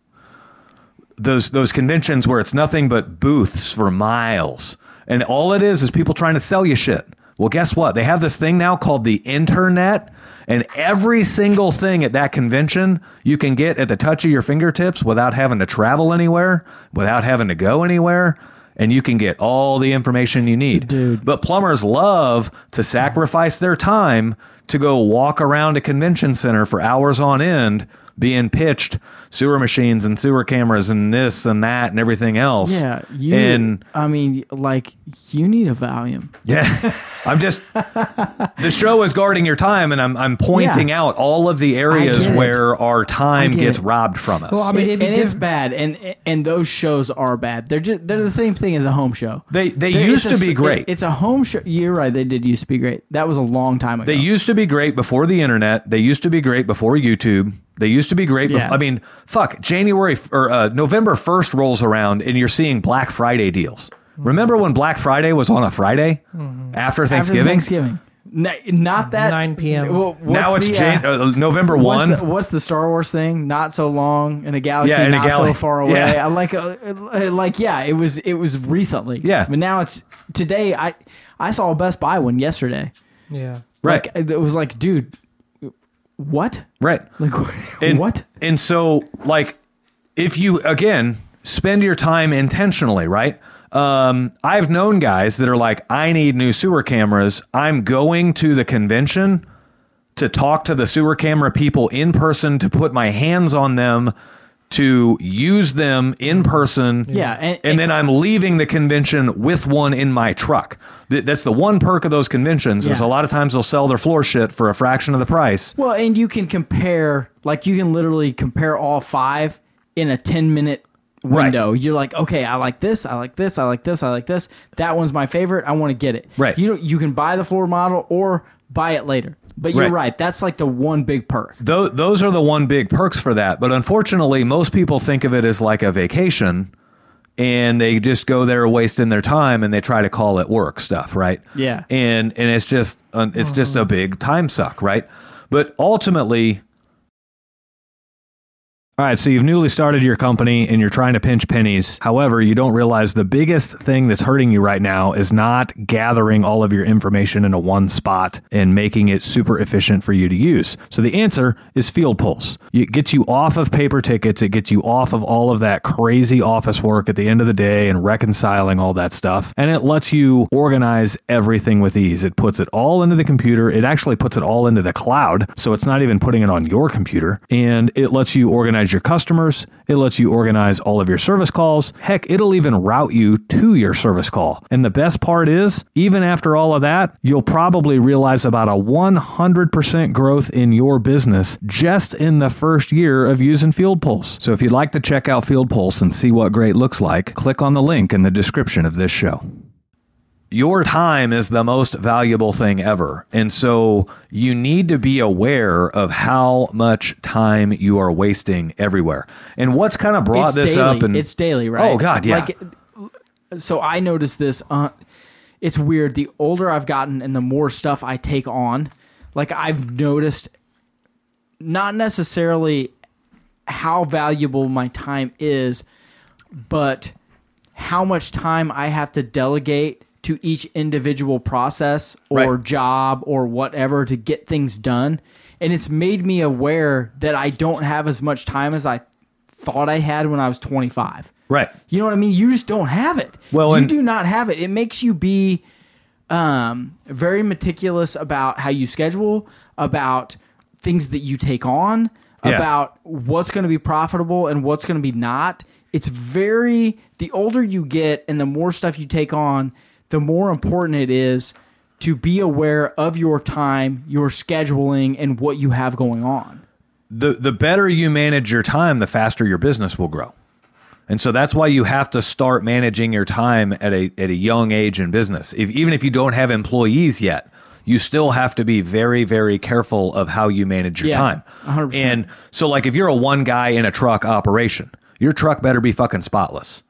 C: those those conventions where it's nothing but booths for miles, and all it is is people trying to sell you shit. Well, guess what? They have this thing now called the internet, and every single thing at that convention you can get at the touch of your fingertips without having to travel anywhere, without having to go anywhere, and you can get all the information you need.
A: Dude.
C: But plumbers love to sacrifice their time to go walk around a convention center for hours on end being pitched sewer machines and sewer cameras and this and that and everything else.
A: Yeah. You,
C: and
A: I mean, like, you need a Valium.
C: yeah, I'm just the show is guarding your time and I'm I'm pointing
A: Yeah.
C: out all of the areas
A: get it.
C: where our time
A: get
C: gets
A: it.
C: robbed from us.
B: Well, I mean, it'd
A: and
B: be
A: it's
B: diff-
A: bad, and and those shows are bad. They're just they're the same thing as a home show.
C: They- they
A: They're-
C: used
A: it's a
C: to be
A: s-
C: great.
A: it- it's a home show. You're right. They did used to be great. That was a long time ago.
C: They used to be great before the internet. They used to be great before YouTube. They used to be great. bef-
A: Yeah.
C: I mean, fuck, January f- or uh, November 1st rolls around and you're seeing Black Friday deals. Remember when Black Friday was on a Friday after
A: Mm-hmm. After
C: Thanksgiving?
A: Thanksgiving. N- not that
B: 9 p.m..
A: Well, what's
C: Now it's
A: the,
C: Jan-
A: uh,
C: uh, November
A: What's
C: 1.
A: the, what's the Star Wars thing? Not so long in a galaxy,
C: Yeah, in a
A: not so
C: galaxy.
A: far away.
C: Yeah.
A: I like, uh, uh, like, yeah, it was, it was recently.
C: Yeah.
A: but now it's today. I, I saw a Best Buy one yesterday.
B: Yeah.
C: right.
A: Like, it was like, dude, what?
C: right.
A: Like,
C: And,
A: what?
C: And so, like, if you again spend your time intentionally, right? Um, I've known guys that are like, I need new sewer cameras. I'm going to the convention to talk to the sewer camera people in person to put my hands on them to use them in person.
A: Yeah, and-
C: and then I'm leaving the convention with one in my truck. Th- That's the one perk of those conventions is
A: Yeah.
C: a lot of times they'll sell their floor shit for a fraction of the price.
A: Well, and you can compare, like you can literally compare all five in a ten minute window. You're like, okay, I like this, I like this, I like this, I like this. That one's my favorite. I want to get it.
C: Right.
A: You don't- you can buy the floor model or buy it later. But you're
C: Right.
A: right. That's like the one big perk.
C: Tho- those are the one big perks for that. But unfortunately, most people think of it as like a vacation and they just go there wasting their time and they try to call it work stuff, right?
A: Yeah.
C: And and it's just uh, it's just a big time suck, right? But ultimately all right, so you've newly started your company and you're trying to pinch pennies. However, you don't realize the biggest thing that's hurting you right now is not gathering all of your information into one spot and making it super efficient for you to use. So the answer is Field Pulse. It gets you off of paper tickets, it gets you off of all of that crazy office work at the end of the day and reconciling all that stuff. And it lets you organize everything with ease. It puts it all into the computer, it actually puts it all into the cloud. So it's not even putting it on your computer. And it lets you organize your customers. It lets you organize all of your service calls. Heck, it'll even route you to your service call. And the best part is, even after all of that, you'll probably realize about a 100% growth in your business just in the first year of using Field Pulse. So if you'd like to check out Field Pulse and see what great looks like, click on the link in the description of this show your time is the most valuable thing ever. And so you need to be aware of how much time you are wasting everywhere. And what's kind of brought
A: it's
C: this
A: daily.
C: up and
A: it's daily, right?
C: Oh god, yeah.
A: Like, so I noticed this. Uh, it's weird. The older I've gotten and the more stuff I take on, like I've noticed, not necessarily how valuable my time is, but how much time I have to delegate to each individual process or
C: Right.
A: job or whatever to get things done. And it's made me aware that I don't have as much time as I thought I had when I was 25.
C: right.
A: You know what I mean? You just don't have it.
C: Well,
A: you
C: and-
A: do not have it. It makes you be um, very meticulous about how you schedule, about things that you take on,
C: Yeah.
A: about what's going to be profitable and what's going to be not. It's very the older you get and the more stuff you take on, the more important it is to be aware of your time, your scheduling, and what you have going on.
C: the the better you manage your time, the faster your business will grow. And so that's why you have to start managing your time at a at a young age in business. If even if you don't have employees yet, you still have to be very very careful of how you manage your
A: Yeah,
C: time.
A: 100%.
C: And so like if you're a one guy in a truck operation, your truck better be fucking spotless.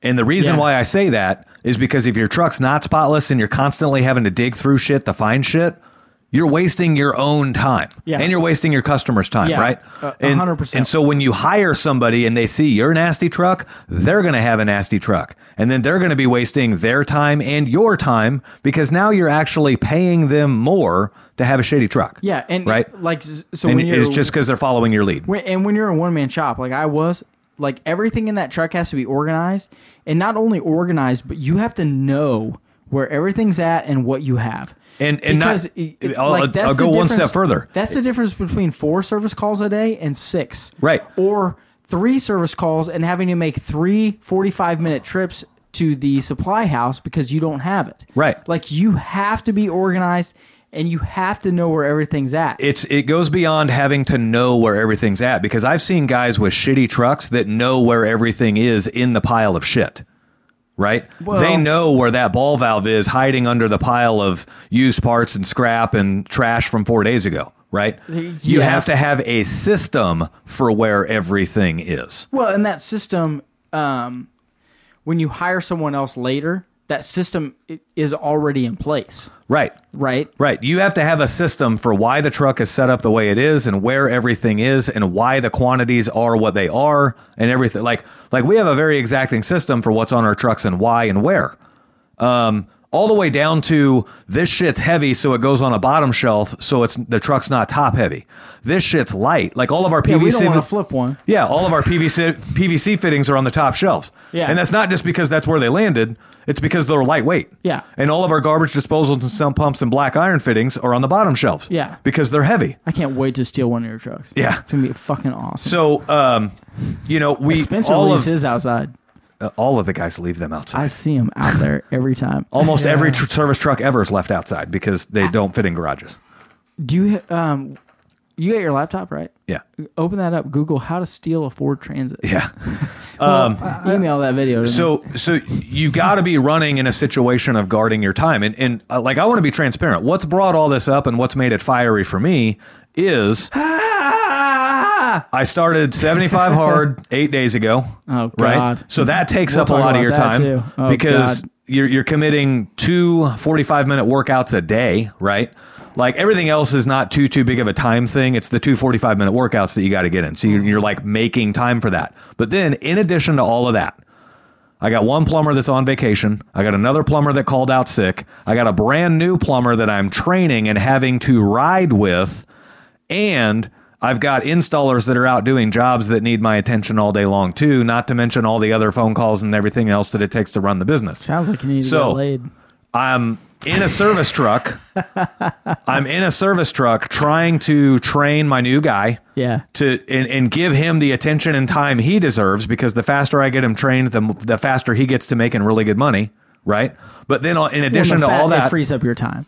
C: And the reason
A: Yeah.
C: why I say that is because if your truck's not spotless and you're constantly having to dig through shit to find shit, you're wasting your own time.
A: Yeah.
C: And you're wasting your customers' time
A: Yeah, uh,
C: right?
A: a- a
C: And-
A: hundred percent.
C: And so when you hire somebody and they see your nasty truck, they're going to have a nasty truck, and then they're going to be wasting their time and your time because now you're actually paying them more to have a shitty truck.
A: Yeah, and
C: right.
A: like s- so
C: and
A: when you're
C: it's just because they're following your lead.
A: When, and when you're a one man shop, like I was, like everything in that truck has to be organized, and not only organized, but you have to know where everything's at and what you have.
C: And- and not- I'll- I'll- I'll
A: the
C: go one step
A: difference-
C: further.
A: That's the difference between four service calls a day and six,
C: Right.
A: Or three service calls and having to make three 45 minute trips to the supply house because you don't have it,
C: Right.
A: Like you have to be organized and you have to know where everything's at.
C: it's it goes beyond having to know where everything's at because I've seen guys with shitty trucks that know where everything is in the pile of shit. Right?
A: Well-
C: they know where that ball valve is hiding under the pile of used parts and scrap and trash from 4 days ago, right? You
A: yes.
C: have to have a system for where everything is.
A: Well, and that system, um, when you hire someone else later, that system i- is already in place,
C: Right.
A: right?
C: Right. You have to have a system for why the truck is set up the way it is and where everything is and why the quantities are what they are and everything. Like like we have a very exacting system for what's on our trucks and why and where. Um all the way down to this shit's heavy, so it goes on a bottom shelf, so it's the truck's not top heavy. This shit's light, like all of our
A: Yeah,
C: PVC.
A: we don't want to flip one.
C: Yeah, all of our PVC PVC fittings are on the top shelves.
A: Yeah.
C: and that's not just because that's where they landed. It's because they're lightweight.
A: Yeah.
C: and all of our garbage disposals and sump pumps and black iron fittings are on the bottom shelves.
A: Yeah.
C: because they're heavy.
A: I can't wait to steal one of your trucks.
C: Yeah.
A: it's gonna be fucking awesome.
C: So, um, you know, we
A: Spencer
C: all
A: leaves
C: of
A: his outside.
C: uh, all of the guys leave them outside.
A: I see him out there every time.
C: Almost
B: Yeah.
C: every tr- service truck ever is left outside because they don't fit in garages.
A: Do you? Um, You got your laptop, right?
C: Yeah.
A: Open that up. Google how to steal a Ford Transit.
C: Yeah.
A: Email that video. To me.
C: So so you got to be running in a situation of guarding your time, and and uh, like I want to be transparent. What's brought all this up, and what's made it fiery for me is
A: Ah!
C: I started seventy five hard eight days ago.
A: Oh, God.
C: right. So that takes
A: We'll
C: up a
A: talk
C: lot
A: about
C: of your
A: that, too.
C: time
A: Oh,
C: because
A: God.
C: you're you're committing two 45 minute workouts a day, right? Like everything else is not too too big of a time thing. It's the two 45 minute workouts that you got to get in. So you're, you're like making time for that. But then in addition to all of that, I got one plumber that's on vacation. I got another plumber that called out sick. I got a brand new plumber that I'm training and having to ride with. And I've got installers that are out doing jobs that need my attention all day long, too, not to mention all the other phone calls and everything else that it takes to run the business.
A: sounds like you need to
C: So-
A: get laid.
C: I'm in a service truck. I'm in a service truck trying to train my new guy
A: Yeah.
C: to and, and give him the attention and time he deserves because the faster I get him trained, the, the faster he gets to making really good money, right? But then uh, in addition
A: Well, the
C: to all
A: fat- it
C: that,
A: frees up your time.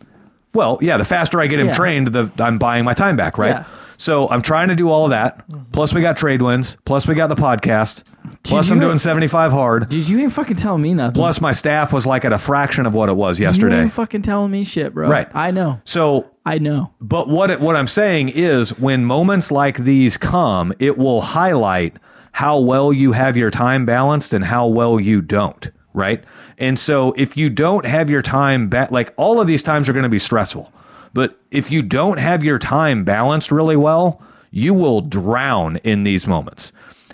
C: well, yeah, the faster I get him
A: Yeah.
C: trained, the I'm buying my time back, right?
A: Yeah.
C: So I'm trying to do all of that. Plus we got trade wins. Plus we got the podcast. plus I'm
A: you-
C: doing 75 hard.
A: Dude, you ain't fucking telling me nothing.
C: plus my staff was like at a fraction of what it was
A: you
C: yesterday.
A: ain't fucking telling me shit, bro.
C: Right.
A: I know.
C: So
A: I know.
C: But what it, what I'm saying is, when moments like these come, it will highlight how well you have your time balanced and how well you don't. Right. And so, if you don't have your time ba- like all of these times are going to be stressful. But if you don't have your time balanced really well, you will drown in these moments.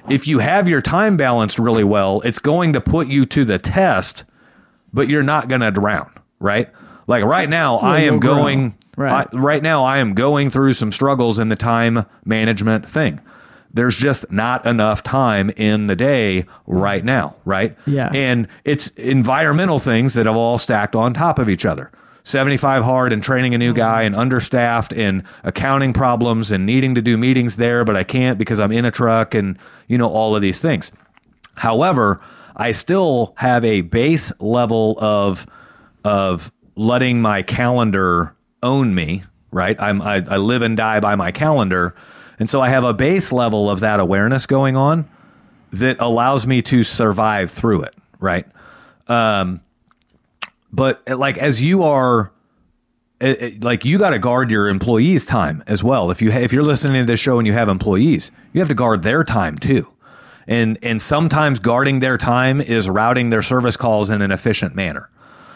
C: If you have your time balanced really well, it's going to put you to the test but you're not going to drown, right? Like right now, I
A: you'll
C: am
A: grow.
C: going
A: Right.
C: right. I, right now. I am going through some struggles in the time management thing. There's just not enough time in the day right now, right?
A: Yeah.
C: And it's environmental things that have all stacked on top of each other. 75 hard and training a new guy and understaffed and accounting problems and needing to do meetings there, but I can't because I'm in a truck and, you know, all of these things. However, I still have a base level of of letting my calendar own me, right? I'm I, I live and die by my calendar. And so I have a base level of that awareness going on that allows me to survive through it, right? Um but eh, like as you are it- it- like you got to guard your employees' time as well. If you ha- if you're listening to this show and you have employees, you have to guard their time too. And and sometimes guarding their time is routing their service calls in an efficient manner,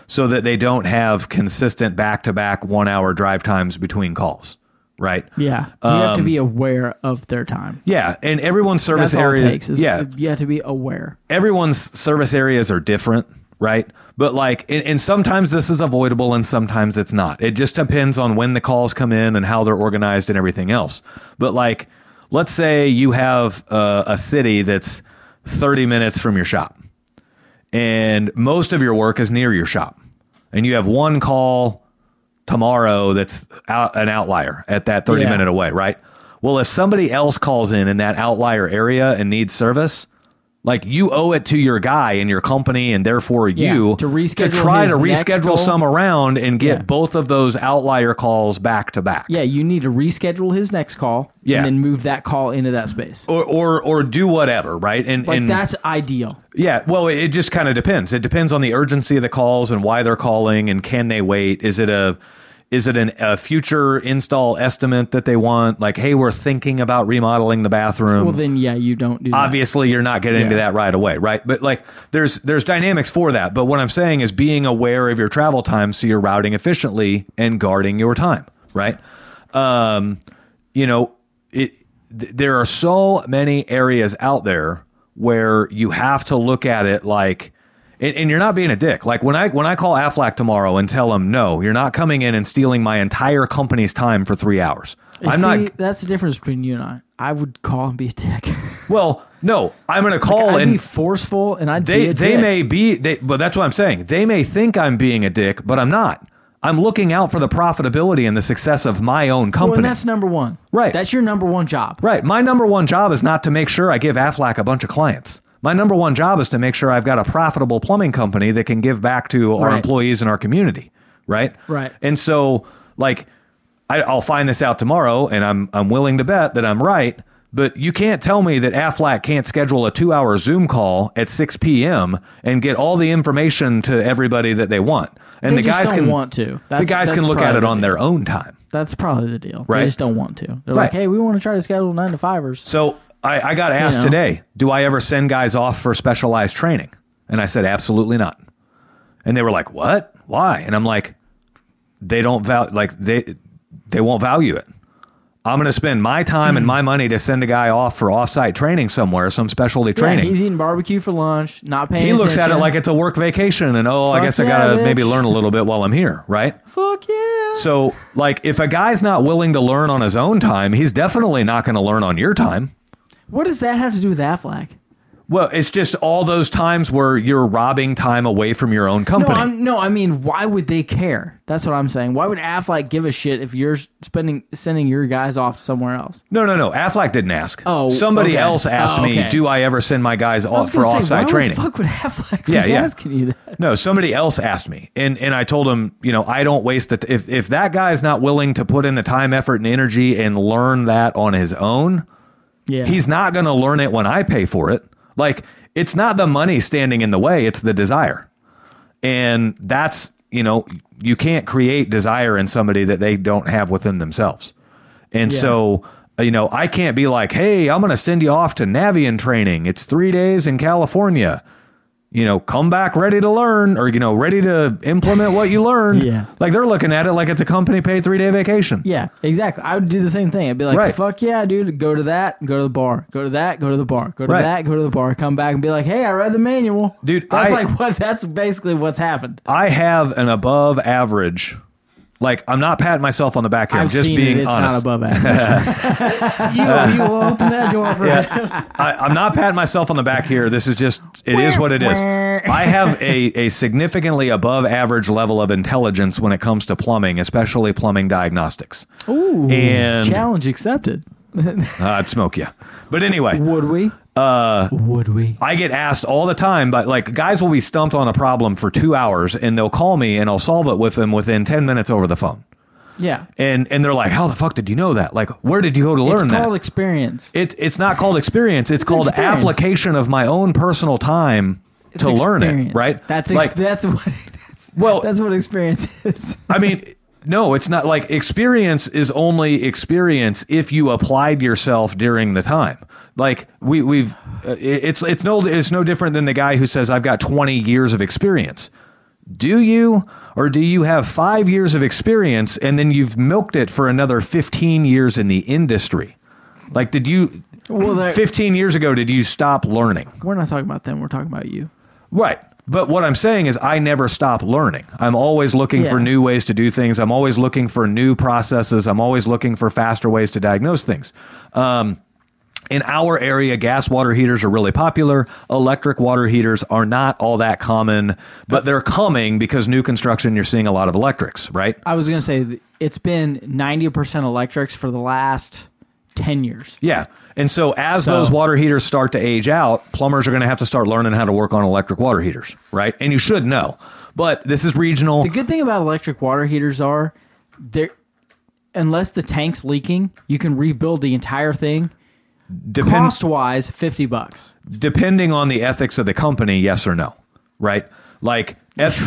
C: so that they don't have consistent back to back one hour drive times between calls. Right.
A: Yeah. You have to be aware of their time.
C: Yeah, and everyone's Um, service
A: That's all it
C: area.
A: takes. Is
C: yeah,
A: You have to be aware.
C: everyone's service areas are different, right? But like, and, and sometimes this is avoidable and sometimes it's not. It just depends on when the calls come in and how they're organized and everything else. But like, let's say you have uh, a city that's 30 minutes from your shop and most of your work is near your shop and you have one call tomorrow that's out, an outlier at that 30
A: Yeah.
C: minute away, right? Well, if somebody else calls in in that outlier area and needs service, like you owe it to your guy and your company and therefore
A: Yeah,
C: you
A: to reschedule
C: try to
A: his next goal.
C: reschedule some around and get
A: Yeah.
C: both of those outlier calls back to back.
A: Yeah. You need to reschedule his next call
C: Yeah.
A: and then move that call into that space.
C: Or, or or do whatever, right? And
A: Like,
C: and
A: that's ideal.
C: Yeah, well, it just kind of depends. It depends on the urgency of the calls and why they're calling, and can they wait? Is it a is it an, a future install estimate that they want? Like, hey, we're thinking about remodeling the bathroom.
A: Well, then, yeah, you don't do that.
C: Obviously, you're not getting into
A: Yeah.
C: that right away, right? But like, there's there's dynamics for that. But what I'm saying is being aware of your travel time, so you're routing efficiently and guarding your time, right? Um, you know, it. Th- there are so many areas out there where you have to look at it like, and, and you're not being a dick. Like when I when I call Aflac tomorrow and tell them, no, you're not coming in and stealing my entire company's time for three hours. I'm
A: See,
C: not.
A: That's the difference between you and I. I would call and be a dick.
C: Well, no, I'm going to call
A: I'd
C: Oh, and
A: be forceful and I'd
C: they
A: be a
C: they
A: dick.
C: may be they but that's what I'm saying. They may think I'm being a dick, but I'm not. I'm looking out for the profitability and the success of my own
A: Well,
C: company.
A: and that's number one.
C: Right.
A: That's your number one job.
C: right. My number one job is not to make sure I give Aflac a bunch of clients. My number one job is to make sure I've got a profitable plumbing company that can give back to our
A: Right.
C: employees and our community. Right?
A: Right.
C: And so like I, I'll find this out tomorrow, and I'm I'm willing to bet that I'm right. But you can't tell me that Aflac can't schedule a two-hour Zoom call at 6 p.m. and get all the information to everybody that they want. And
A: They
C: the
A: just
C: guys
A: don't
C: can
A: want to.
C: the
A: That's-
C: guys
A: that's
C: can look at
A: probably
C: it
A: the
C: on
A: deal.
C: their own time.
A: That's probably the deal.
C: Right.
A: They just don't want to. They're like,
C: Right.
A: hey, we want to try to schedule nine to fivers.
C: So I, I got asked
A: know.
C: today, do I ever send guys off for specialized training? And I said, absolutely not. And they were like, what? Why? And I'm like, they don't val like they they won't value it. I'm going to spend my time
A: Hmm.
C: and my money to send a guy off for offsite training somewhere, some specialty
A: Training.
C: training.
A: he's eating barbecue for lunch, not paying.
C: he looks at it
A: attention.
C: like it's a work vacation, and oh, I
A: Fuck
C: guess I
A: yeah,
C: gotta
A: bitch.
C: maybe learn a little bit while I'm here, right?
A: fuck yeah.
C: So, like, if a guy's not willing to learn on his own time, he's definitely not going to learn on your time.
A: What does that have to do with Aflac?
C: Well, it's just all those times where you're robbing time away from your own
A: No,
C: company.
A: I'm, no, I mean, why would they care? That's what I'm saying. Why would Aflac give a shit if you're spending sending your guys off somewhere else?
C: no, no, no. Aflac didn't ask.
A: Oh,
C: somebody
A: okay.
C: else asked
A: Oh,
C: me,
A: okay.
C: "Do I ever send my guys
A: I
C: off
A: was
C: for
A: gonna say, why
C: offsite training?"
A: The fuck would Aflac be
C: Yeah, yeah.
A: asking you that?
C: No, somebody else asked me, and and I told him, you know, I don't waste the t- if if that guy's not willing to put in the time, effort, and energy and learn that on his own,
A: Yeah,
C: he's not going to learn it when I pay for it. Like it's not the money standing in the way, it's the desire. And that's, you know, you can't create desire in somebody that they don't have within themselves. And
A: Yeah.
C: so, uh, you know, I can't be like, "Hey, I'm going to send you off to Navian training. It's 3 days in California." You know, come back ready to learn or you know, ready to implement what you learned.
A: Yeah.
C: Like they're looking at it like it's a company paid 3-day vacation.
A: yeah, exactly. I would do the same thing. I'd be like,
C: Right.
A: fuck yeah, dude, go to that, go to the bar, go to that, go to the bar, go to
C: Right.
A: that, go to the bar, come back and be like, hey, I read the manual,
C: Dude,
A: That's
C: I-
A: like what. That's basically what's happened.
C: I have an above average. Like I'm not patting myself on the back here. I'm
A: I've
C: just
A: seen
C: being
A: it. It's
C: honest. Uh,
A: not above Oh, average.
B: You, you will open that door for him.
C: I, I'm not patting myself on the back here. This is just it is what it is. I have a, a significantly above average level of intelligence when it comes to plumbing, especially plumbing diagnostics.
A: Ooh,
C: And-
A: challenge accepted.
C: Uh, I'd smoke you. But anyway,
A: Would we? Uh, would we?
C: I get asked all the time, but like guys will be stumped on a problem for two hours and they'll call me and I'll solve it with them within ten minutes over the phone.
A: Yeah.
C: And and they're like, How the fuck did you know that? Like, where did you go to learn
A: It's
C: that?
A: called experience.
C: It, it's not called experience. It's, called
A: experience.
C: application of my own personal time
A: It's
C: to learn it.
A: experience.
C: Right?
A: That's ex-
C: like
A: that's what that's,
C: Well-
A: that's what experience is.
C: I mean, no, it's not like experience is only experience if you applied yourself during the time. Like we we've uh, it- it's it's no it's no different than the guy who says I've got 20 years of experience. Do you or do you have 5 years of experience and then you've milked it for another 15 years in the industry? Like did you
A: Well, there-
C: 15 years ago did you stop learning?
A: We're not talking about them. We're talking about you.
C: Right. But what I'm saying is, I never stop learning. I'm always looking for
A: Yeah.
C: new ways to do things. I'm always looking for new processes. I'm always looking for faster ways to diagnose things. Um, in our area, gas water heaters are really popular. Electric water heaters are not all that common, but they're coming because new construction, you're seeing a lot of electrics, right?
A: I was gonna say th- it's been ninety percent electrics for the last ten years.
C: Yeah. And so as those water heaters start to age out, plumbers are going to have to start learning how to work on electric water heaters, right? And you should know. But this is regional.
A: The good thing about electric water heaters are they unless the tank's leaking, you can rebuild the entire thing.
C: Depends.
A: Cost wise, fifty bucks.
C: depending on the ethics of the company, yes or no, right? Like, if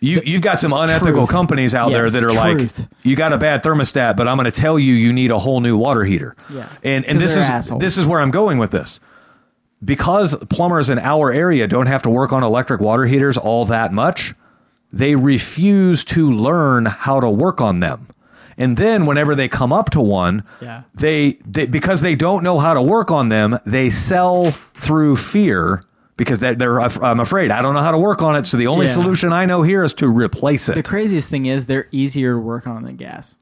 C: you you've got some unethical
A: Truth.
C: companies out there
A: Yes,
C: that are
A: truth.
C: like, you got a bad thermostat, but I'm going to tell you you need a whole new water heater.
A: Yeah.
C: and and
A: 'Cause
C: this
A: they're
C: is
A: assholes.
C: this is where I'm going with this. Because plumbers in our area don't have to work on electric water heaters all that much, they refuse to learn how to work on them. And then whenever they come up to one,
A: Yeah.
C: they, they because they don't know how to work on them, they sell through fear because they, they're "Af- I'm afraid I don't know how to work on it. So the only
A: Yeah.
C: solution I know here is to replace
A: The
C: it.
A: craziest thing is they're easier to work on than gas.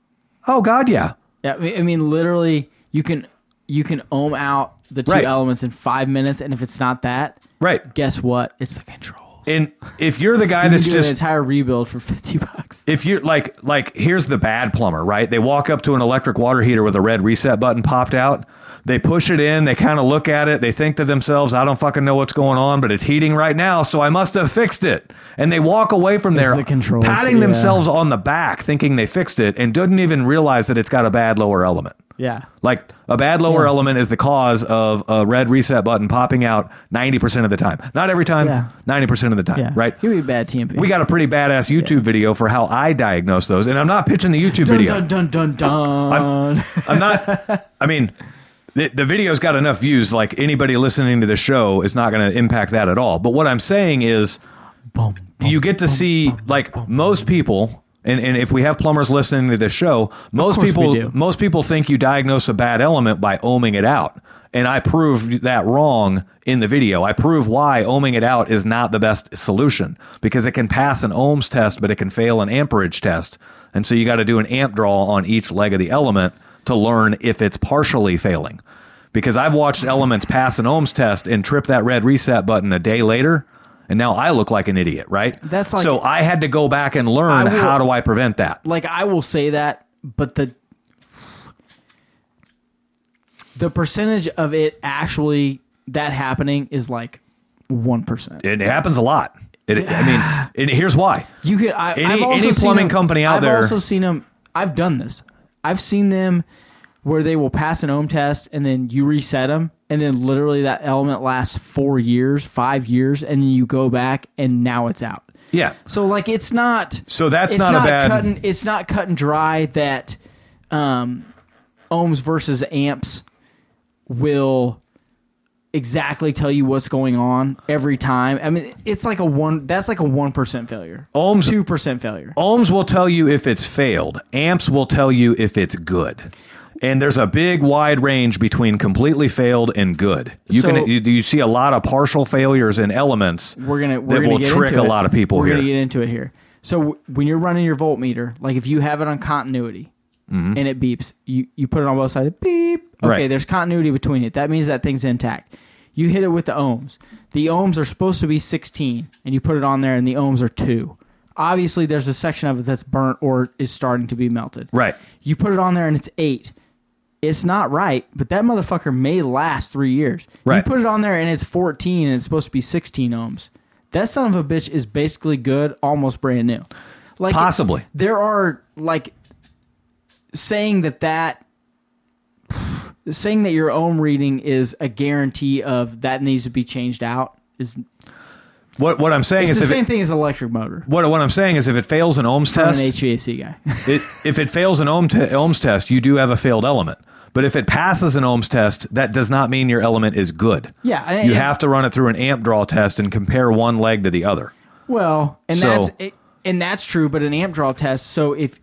C: oh God, yeah,
A: Yeah, I mean- I mean, literally, you can you can ohm out the two
C: Right.
A: elements in five minutes, and if it's not that,
C: right.
A: guess what? It's the control. balls.
C: And if you're the guy that's
A: you can do an
C: just
A: entire rebuild for fifty bucks.
C: if you're like like here's the bad plumber right they walk up to an electric water heater with a red reset button popped out they push it in they kind of look at it they think to themselves i don't fucking know what's going on but it's heating right now so i must have fixed it and they walk away from there
A: the controls,
C: patting
A: yeah.
C: themselves on the back thinking they fixed it and didn't even realize that it's got a bad lower element
A: Yeah.
C: like a bad lower element is the cause of a red reset button popping out 90% of the time not every time
A: Yeah.
C: 90% of the time
A: Yeah.
C: right
A: Give me a bad TMP.
C: we got a pretty badass YouTube video for how I diagnose those, and I'm not pitching the YouTube
A: dun,
C: video.
A: dun dun dun dun.
C: I'm not. I mean, the, the video's got enough views. Like anybody listening to the show is not going to impact that at all. But what I'm saying is,
A: Boom.
C: you get to see like most people. And, and if we have plumbers listening to this show, most
A: course we
C: people
A: do.
C: most people think you diagnose a bad element by ohming it out. And I proved that wrong in the video. I prove why ohming it out is not the best solution because it can pass an ohms test, but it can fail an amperage test. And so you got to do an amp draw on each leg of the element to learn if it's partially failing. Because I've watched elements pass an ohms test and trip that red reset button a day later. And now I look like an idiot, right?
A: That's like-
C: so I had to go back and learn
A: I will-
C: how do I prevent that?
A: Like I will say that, but the the percentage of it actually that happening is like one percent.
C: It happens a lot. It, I mean, and here's why.
A: You could. I,
C: Any-
A: I've also
C: any
A: seen
C: plumbing
A: them-
C: company out
A: I've
C: there-
A: I've also seen them. I've done this. I've seen them where they will pass an ohm test and then you reset them, and then literally that element lasts four years, five years, and then you go back and now it's out.
C: Yeah.
A: So like it's not.
C: So that's
A: it's
C: not a bad-
A: Cut and, it's not cut and dry that um, ohms versus amps will exactly tell you what's going on every time. I mean, it's like a one. That's like a one percent failure.
C: Ohms-
A: two percent failure.
C: Ohms will tell you if it's failed. Amps will tell you if it's good. And there's a big wide range between completely failed and good. You
A: So-
C: can you, you see a lot of partial failures in elements.
A: We're gonna we're
C: that
A: gonna
C: will
A: get
C: trick
A: into
C: a
A: it.
C: lot of people
A: We're gonna
C: here.
A: get into it here. So w- when you're running your voltmeter, like if you have it on continuity and it beeps, you you put it on both sides. Beep. Okay,
C: Mm-hmm. Right.
A: there's continuity between it. That means that thing's intact. You hit it with the ohms. The ohms are supposed to be 16, and you put it on there, and the ohms are two. Obviously, there's a section of it that's burnt or is starting to be melted.
C: Right.
A: You put it on there, and it's eight. It's not right, but that motherfucker may last three years. You
C: Right.
A: put it on there and it's 14 and it's supposed to be 16 ohms. That son of a bitch is basically good, almost brand new. Like
C: Possibly.
A: there are like saying that that saying that your ohm reading is a guarantee of that needs to be changed out is
C: What what I'm saying
A: it's the
C: is if
A: same
C: it,
A: thing as electric motor.
C: what what I'm saying is if it fails an ohms
A: I'm an
C: test,
A: HVAC guy.
C: it, if it fails an ohm te- ohms test, you do have a failed element. But if it passes an ohms test, that does not mean your element is good.
A: Yeah, and-
C: you
A: and-
C: have to run it through an amp draw test and compare one leg to the other.
A: Well, and
C: So-
A: that's it, and that's true, but an amp draw test. So if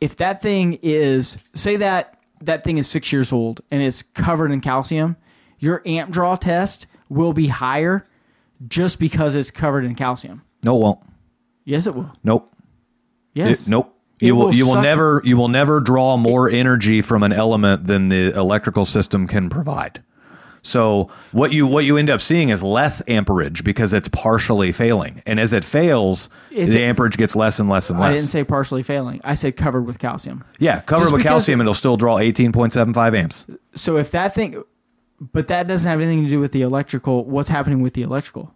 A: if that thing is say that that thing is six years old and it's covered in calcium, your amp draw test will be higher just because it's covered in calcium.
C: No, it won't.
A: Yes, it will.
C: Nope. It-
A: Yes,
C: nope.
A: It
C: You will,
A: will
C: you will
A: suck-
C: never you will never draw more energy from an element than the electrical system can provide. So what you what you end up seeing is less amperage because it's partially failing. And as it fails,
A: It's-
C: the amperage gets less and less and less.
A: I didn't say partially failing. I said covered with calcium.
C: yeah, covered
A: Just
C: with
A: because
C: calcium, it'll still draw 18.75 amps.
A: So if that thing, but that doesn't have anything to do with the electrical. What's happening with the electrical?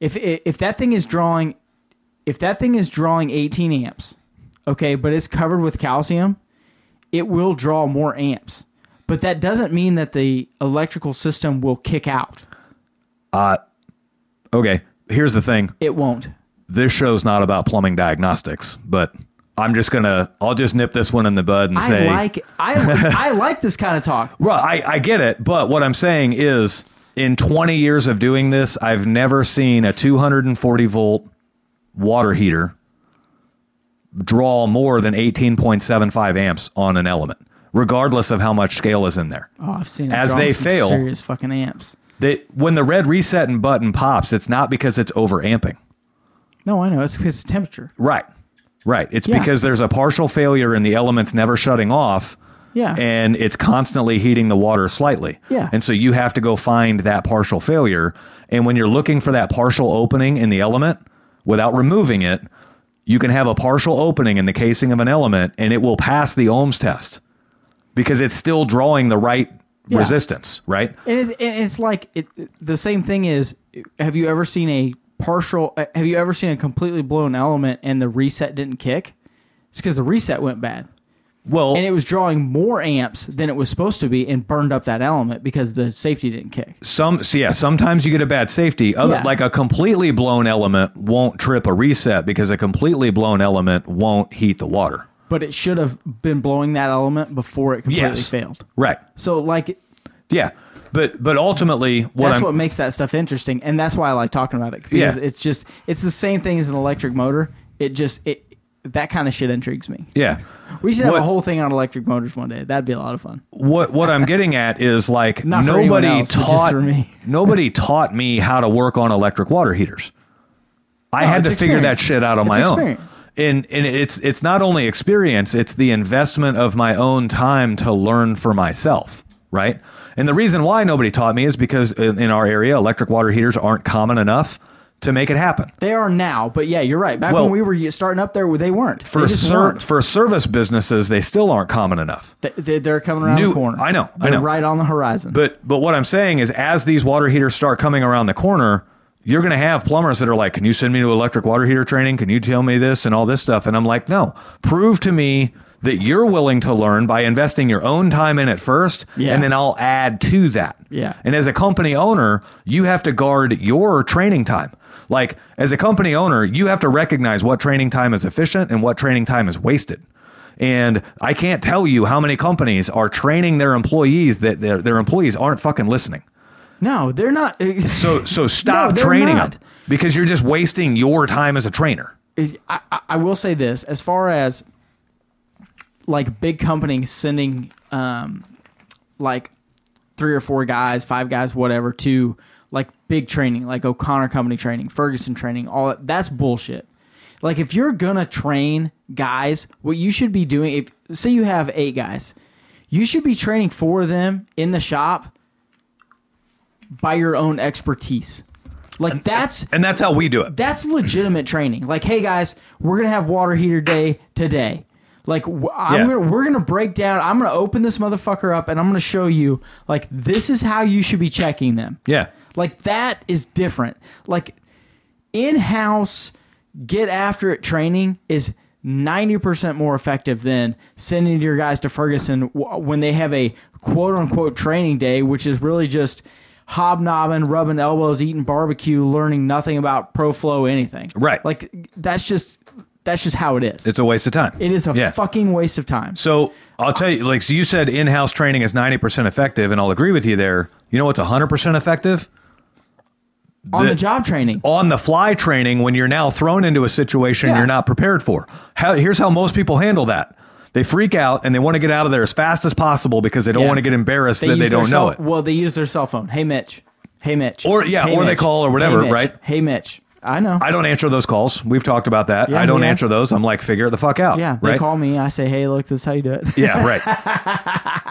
A: If if that thing is drawing, if that thing is drawing 18 amps, okay, but it's covered with calcium, it will draw more amps. But that doesn't mean that the electrical system will kick out.
C: Okay, here's the thing.
A: It won't.
C: This show's not about plumbing diagnostics, but I'm just gonna I'll just nip this one in the bud and say
A: I like I I like this kind of talk.
C: Well, I, I get it, but what I'm saying is in 20 years of doing this, I've never seen a 240 volt water heater draw more than 18.75 amps on an element, regardless of how much scale is in there.
A: Oh, I've seen it
C: As
A: draw
C: they
A: some
C: fail-
A: serious fucking amps.
C: They, when the red reset and button pops, it's not because it's over amping.
A: No, I know it's because of temperature.
C: Right. Right. It's
A: Yeah.
C: because there's a partial failure in the elements never shutting off.
A: Yeah.
C: And it's constantly heating the water slightly.
A: Yeah.
C: And so you have to go find that partial failure. And when you're looking for that partial opening in the element, without removing it, you can have a partial opening in the casing of an element and it will pass the Ohm's test because it's still drawing the right
A: Yeah.
C: resistance, right?
A: And, it, and it's like it, it- the same thing is. Have you ever seen a partial? uh, Have you ever seen a completely blown element and the reset didn't kick? It's because the reset went bad,
C: Well,
A: and it was drawing more amps than it was supposed to be, and burned up that element because the safety didn't kick.
C: some so yeah, sometimes you get a bad safety. Other
A: Yeah.
C: like a completely blown element won't trip a reset because a completely blown element won't heat the water.
A: But it should have been blowing that element before it completely
C: Yes.
A: failed.
C: Right.
A: So like
C: Yeah. But but ultimately what
A: that's
C: I'm
A: what makes that stuff interesting, and that's why I like talking about it because
C: Yeah.
A: it's just it's the same thing as an electric motor. It just it that kind of shit intrigues me.
C: yeah.
A: We should have
C: What-
A: a whole thing on electric motors one day. That'd be a lot of fun.
C: what what I'm getting at is like
A: Not for
C: nobody
A: anyone else, but just
C: taught
A: for me.
C: nobody taught me how to work on electric water heaters. I
A: No,
C: had
A: it's
C: to figure that
A: experience.
C: shit out on
A: It's
C: my
A: experience.
C: own. And and it's it's not only experience, it's the investment of my own time to learn for myself, right? And the reason why nobody taught me is because in, in our area electric water heaters aren't common enough to make it happen.
A: They are now, but yeah, you're right. Back
C: Well-
A: when we were starting up there, they weren't.
C: For
A: they just
C: ser-
A: weren't.
C: for service businesses, they still aren't common enough.
A: They, they, are coming around
C: New-
A: the corner.
C: I know, I
A: They're
C: know.
A: right on the horizon.
C: But but what I'm saying is, as these water heaters start coming around the corner, you're going to have plumbers that are like, "Can you send me to electric water heater training? Can you tell me this and all this stuff?" And I'm like, "No, prove to me that you're willing to learn by investing your own time in it first,
A: Yeah.
C: and then I'll add to that."
A: Yeah.
C: And as a company owner, you have to guard your training time. Like as a company owner, you have to recognize what training time is efficient and what training time is wasted. And I can't tell you how many companies are training their employees that their, their employees aren't fucking listening.
A: no, they're not.
C: So so stop
A: they're
C: training
A: not.
C: them because you're just wasting your time as a trainer.
A: is- I, I- I will say this as far as like big companies sending um like three or four guys five guys whatever to like big training like o'connor company training ferguson training all that that's bullshit like if you're gonna train guys what you should be doing if say you have eight guys you should be training four of them in the shop by your own expertise like that's
C: And that's how we do it.
A: that's legitimate training. Like, hey guys, we're gonna have water heater day today. Like, wh- I'm
C: Yeah.
A: gonna, we're gonna break down. I'm gonna open this motherfucker up, and I'm gonna show you like this is how you should be checking them.
C: Yeah.
A: Like that is different. Like in-house get after it training is 90% more effective than sending your guys to Ferguson w- when they have a quote unquote training day, which is really just hobnobbing, rubbing elbows, eating barbecue, learning nothing about pro flow, anything.
C: Right.
A: Like that's just that's just how it is.
C: It's a waste of time.
A: it is a
C: Yeah.
A: fucking waste of time.
C: So I'll tell you, like, so you said in house training is 90% effective, and I'll agree with you there. You know what's 100% effective?
A: On
C: the-
A: the job training.
C: On the fly training when you're now thrown into a situation
A: Yeah.
C: you're not prepared for. How, here's how most people handle that they freak out and they want to get out of there as fast as possible because they don't
A: Yeah.
C: want to get embarrassed that
A: use
C: they
A: their
C: don't know
A: cell-
C: it.
A: Well, they use their cell phone. Hey, Mitch. Hey, Mitch.
C: Or- yeah,
A: Hey,
C: or they
A: Mitch.
C: call or whatever,
A: Hey, Mitch.
C: right?
A: Hey, Mitch. I know.
C: I don't answer those calls. We've talked about that.
A: Yeah,
C: I don't
A: yeah.
C: answer those. I'm like, figure the fuck out.
A: yeah, they
C: right?
A: call me. I say, hey, look, this is how you do it.
C: Yeah, right.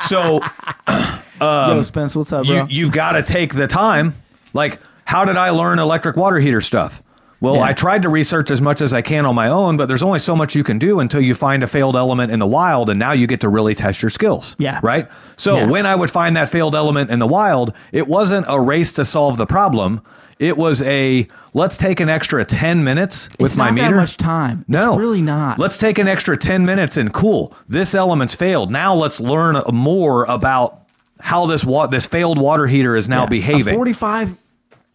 C: so
A: Yo, Spence, what's up,
C: Um, you
A: bro?
C: you've got to take the time. Like, how did I learn electric water heater stuff? Well,
A: Yeah.
C: I tried to research as much as I can on my own, but there's only so much you can do until you find a failed element in the wild, and now you get to really test your skills.
A: Yeah.
C: Right. So
A: Yeah.
C: when I would find that failed element in the wild, it wasn't a race to solve the problem. It was a let's take an extra ten minutes with
A: it's
C: my
A: not
C: meter.
A: that much time.
C: No,
A: it's really not.
C: Let's take an extra 10 minutes and cool. This element's failed. Now let's learn more about how this wa- this failed water heater is now
A: Yeah.
C: behaving.
A: A Forty-five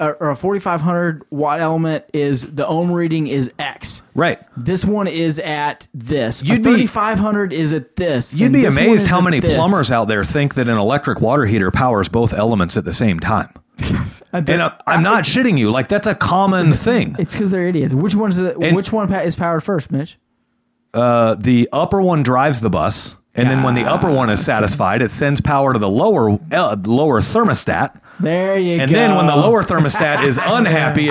A: uh, or a forty-five hundred watt element is the ohm reading is X.
C: right.
A: This one is at this.
C: You'd
A: a
C: be-
A: thirty-five hundred is at this.
C: You'd
A: and
C: be
A: this one
C: amazed
A: is
C: how
A: at
C: many
A: this.
C: plumbers out there think that an electric water heater powers both elements at the same time. and I, I'm not shitting you. Like that's a common thing.
A: It's because they're idiots. Which one's the,
C: And-
A: which one pa- is powered first, Mitch?
C: Uh, the upper one drives the bus, and then when the upper one is satisfied, it sends power to the lower uh, lower thermostat.
A: There you go.
C: And then when the lower thermostat is unhappy,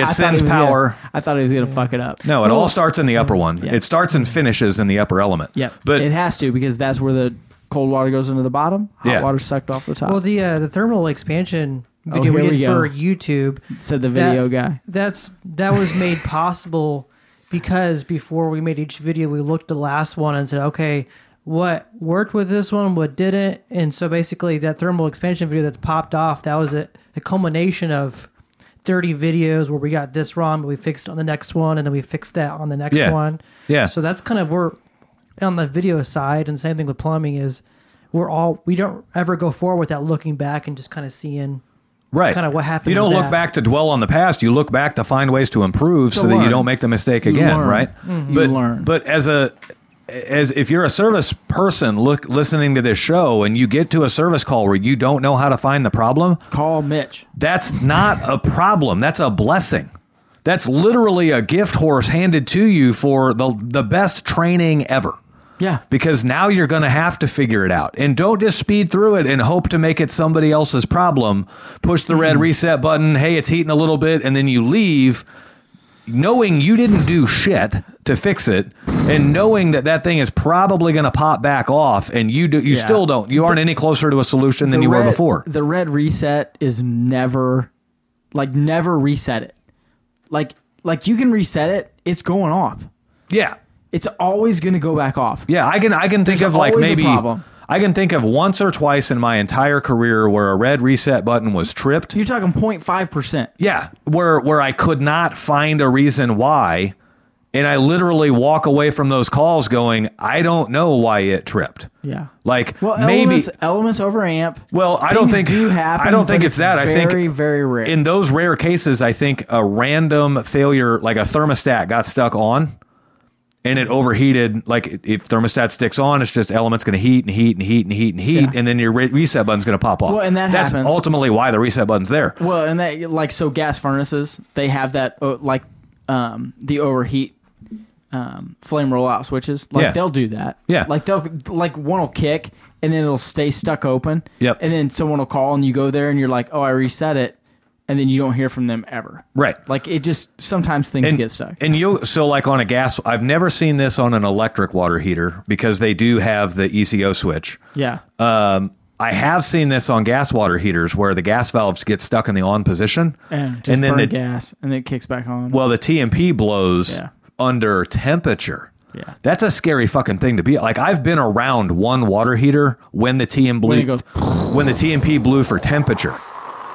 A: I
C: it
A: thought
C: sends
A: he was gonna-
C: power.
A: I thought he was gonna fuck it up.
C: No, it all starts in the upper one.
A: Yeah.
C: It starts and finishes in the upper element.
A: Yep.
C: But
A: it has to because that's where the cold water goes into the bottom. Hot
C: Yeah.
A: water's sucked off the top.
B: Well, the uh, the thermal expansion video
A: Oh, here
B: we did
A: we go.
B: for YouTube
A: said the video guy.
B: That's that was made possible because before we made each video, we looked at the last one and said, okay, what worked with this one, what didn't, and so basically that thermal expansion video that's popped off, that was a, a culmination of 30 videos where we got this wrong, but we fixed it on the next one, and then we fixed that on the next
C: Yeah.
B: one.
C: Yeah.
B: So that's kind of where on the video side, and same thing with plumbing is we're all we don't ever go forward without looking back and just kind of seeing
C: right.
B: kinda what happened
C: You don't
B: with
C: look
B: that.
C: back to dwell on the past. You look back to find ways to improve so,
A: To
C: that you
A: learn.
C: don't make the mistake
A: You
C: again.
A: learn.
C: Right.
A: Mhm. You
C: But
A: learn.
C: but as a as if you're a service person, look listening to this show, and you get to a service call where you don't know how to find the problem.
A: Call Mitch.
C: That's not a problem. That's a blessing. That's literally a gift horse handed to you for the the best training ever.
A: Yeah.
C: Because now you're going to have to figure it out. And don't just speed through it and hope to make it somebody else's problem. Push the
A: Mm.
C: red reset button. Hey, it's heating a little bit. And then you leave knowing you didn't do shit to fix it and knowing that that thing is probably going to pop back off and you do you
A: Yeah.
C: still don't you aren't any closer to a solution than
A: The
C: you
A: red,
C: were before
A: The red reset is never like never reset it. Like like you can reset it, it's going off.
C: yeah
A: It's always going to go back off.
C: Yeah, I can I can think
A: There's
C: of like
A: always a
C: maybe
A: problem.
C: I can think of once or twice in my entire career where a red reset button was tripped.
A: You're talking 0.5%.
C: Yeah, where where I could not find a reason why and I literally walk away from those calls going, I don't know why it tripped.
A: Yeah.
C: Like
A: Well,
C: maybe
A: elements, elements over amp.
C: well, I don't
A: things
C: think
A: do happen,
C: I don't think
A: but
C: it's that.
A: Very,
C: I
A: very,
C: think
A: rare.
C: in those rare cases, I think a random failure, like a thermostat, got stuck on, and it overheated. Like if thermostat sticks on, it's just elements going to heat and heat and heat and heat and heat,
A: Yeah.
C: and then your re- reset button's going to pop off.
A: Well, and that
C: that's
A: happens.
C: ultimately why the reset button's there.
A: well, and that like so gas furnaces, they have that uh, like um the overheat um flame roll out switches. Like
C: Yeah.
A: they'll do that.
C: Yeah.
A: Like they'll like one will kick and then it'll stay stuck open.
C: Yep.
A: And then someone will call and you go there and you're like, "Oh, I reset it." And then you don't hear from them ever.
C: Right.
A: Like it just sometimes things
C: and,
A: get stuck.
C: And you so like on a gas. I've never seen this on an electric water heater because they do have the ECO switch.
A: yeah.
C: Um, I have seen this on gas water heaters where the gas valves get stuck in the on position,
A: And just
C: then
A: burn
C: the
A: gas and then it kicks back on.
C: Well, the TMP blows
A: Yeah.
C: under temperature.
A: Yeah.
C: That's a scary fucking thing to be. Like I've been around one water heater when the TMP blew,
A: When it goes-
C: when the TMP blew for temperature.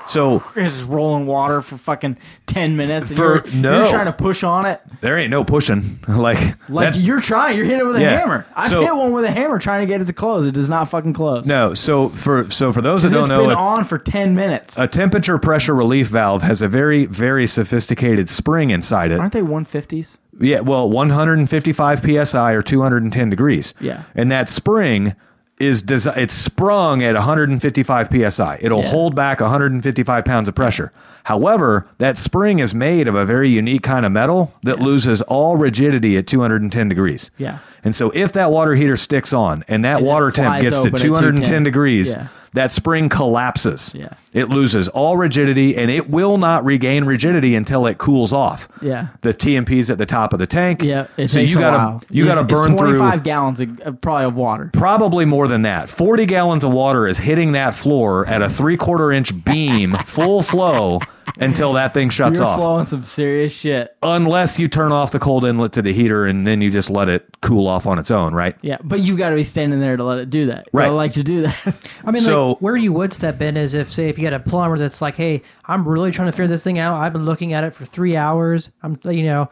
C: So
A: It's just rolling water for fucking ten minutes. And
C: For-
A: you're,
C: no.
A: you're trying to push on it
C: there ain't no pushing. like
A: like
C: that's-
A: you're trying. You're hitting it with a
C: Yeah.
A: hammer. I
C: So-
A: hit one with a hammer trying to get it to close. It does not fucking close.
C: no. So for so for those that
A: It's
C: don't know,
A: been
C: a-
A: on for ten minutes.
C: a temperature pressure relief valve has a very very sophisticated spring inside it.
A: Aren't they one fifties?
C: Yeah, well, 155 psi or 210 degrees.
A: Yeah.
C: and that spring is desi- it's sprung at 155 psi. It'll
A: Yeah.
C: hold back 155 pounds of pressure. However, that spring is made of a very unique kind of metal that loses all rigidity at 210 degrees.
A: Yeah.
C: and so if that water heater sticks on and that
A: And it
C: water temp
A: flies
C: gets to
A: open at
C: 210
A: 210.
C: degrees.
A: Yeah.
C: That spring collapses.
A: Yeah.
C: It loses all rigidity and it will not regain rigidity until it cools off
A: Yeah.
C: the TMP's at the top of the tank.
A: Yeah. It
C: so
A: takes
C: you
A: a
C: gotta
A: while.
C: you
A: It's-
C: gotta
A: it's
C: burn through
A: 25 gallons of, of probably of water.
C: probably more than that. Forty gallons of water is hitting that floor at a three quarter inch beam, full flow, until that thing shuts
A: You're
C: off.
A: flowing some serious shit.
C: Unless you turn off the cold inlet to the heater and then you just let it cool off on its own, right?
A: Yeah, but you got to be standing there to let it do that.
C: Right.
A: I like to do that.
B: I mean,
C: So-
B: like, where you would step in is if, say, if you had a plumber that's like, "Hey, I'm really trying to figure this thing out. I've been looking at it for three hours. I'm, you know,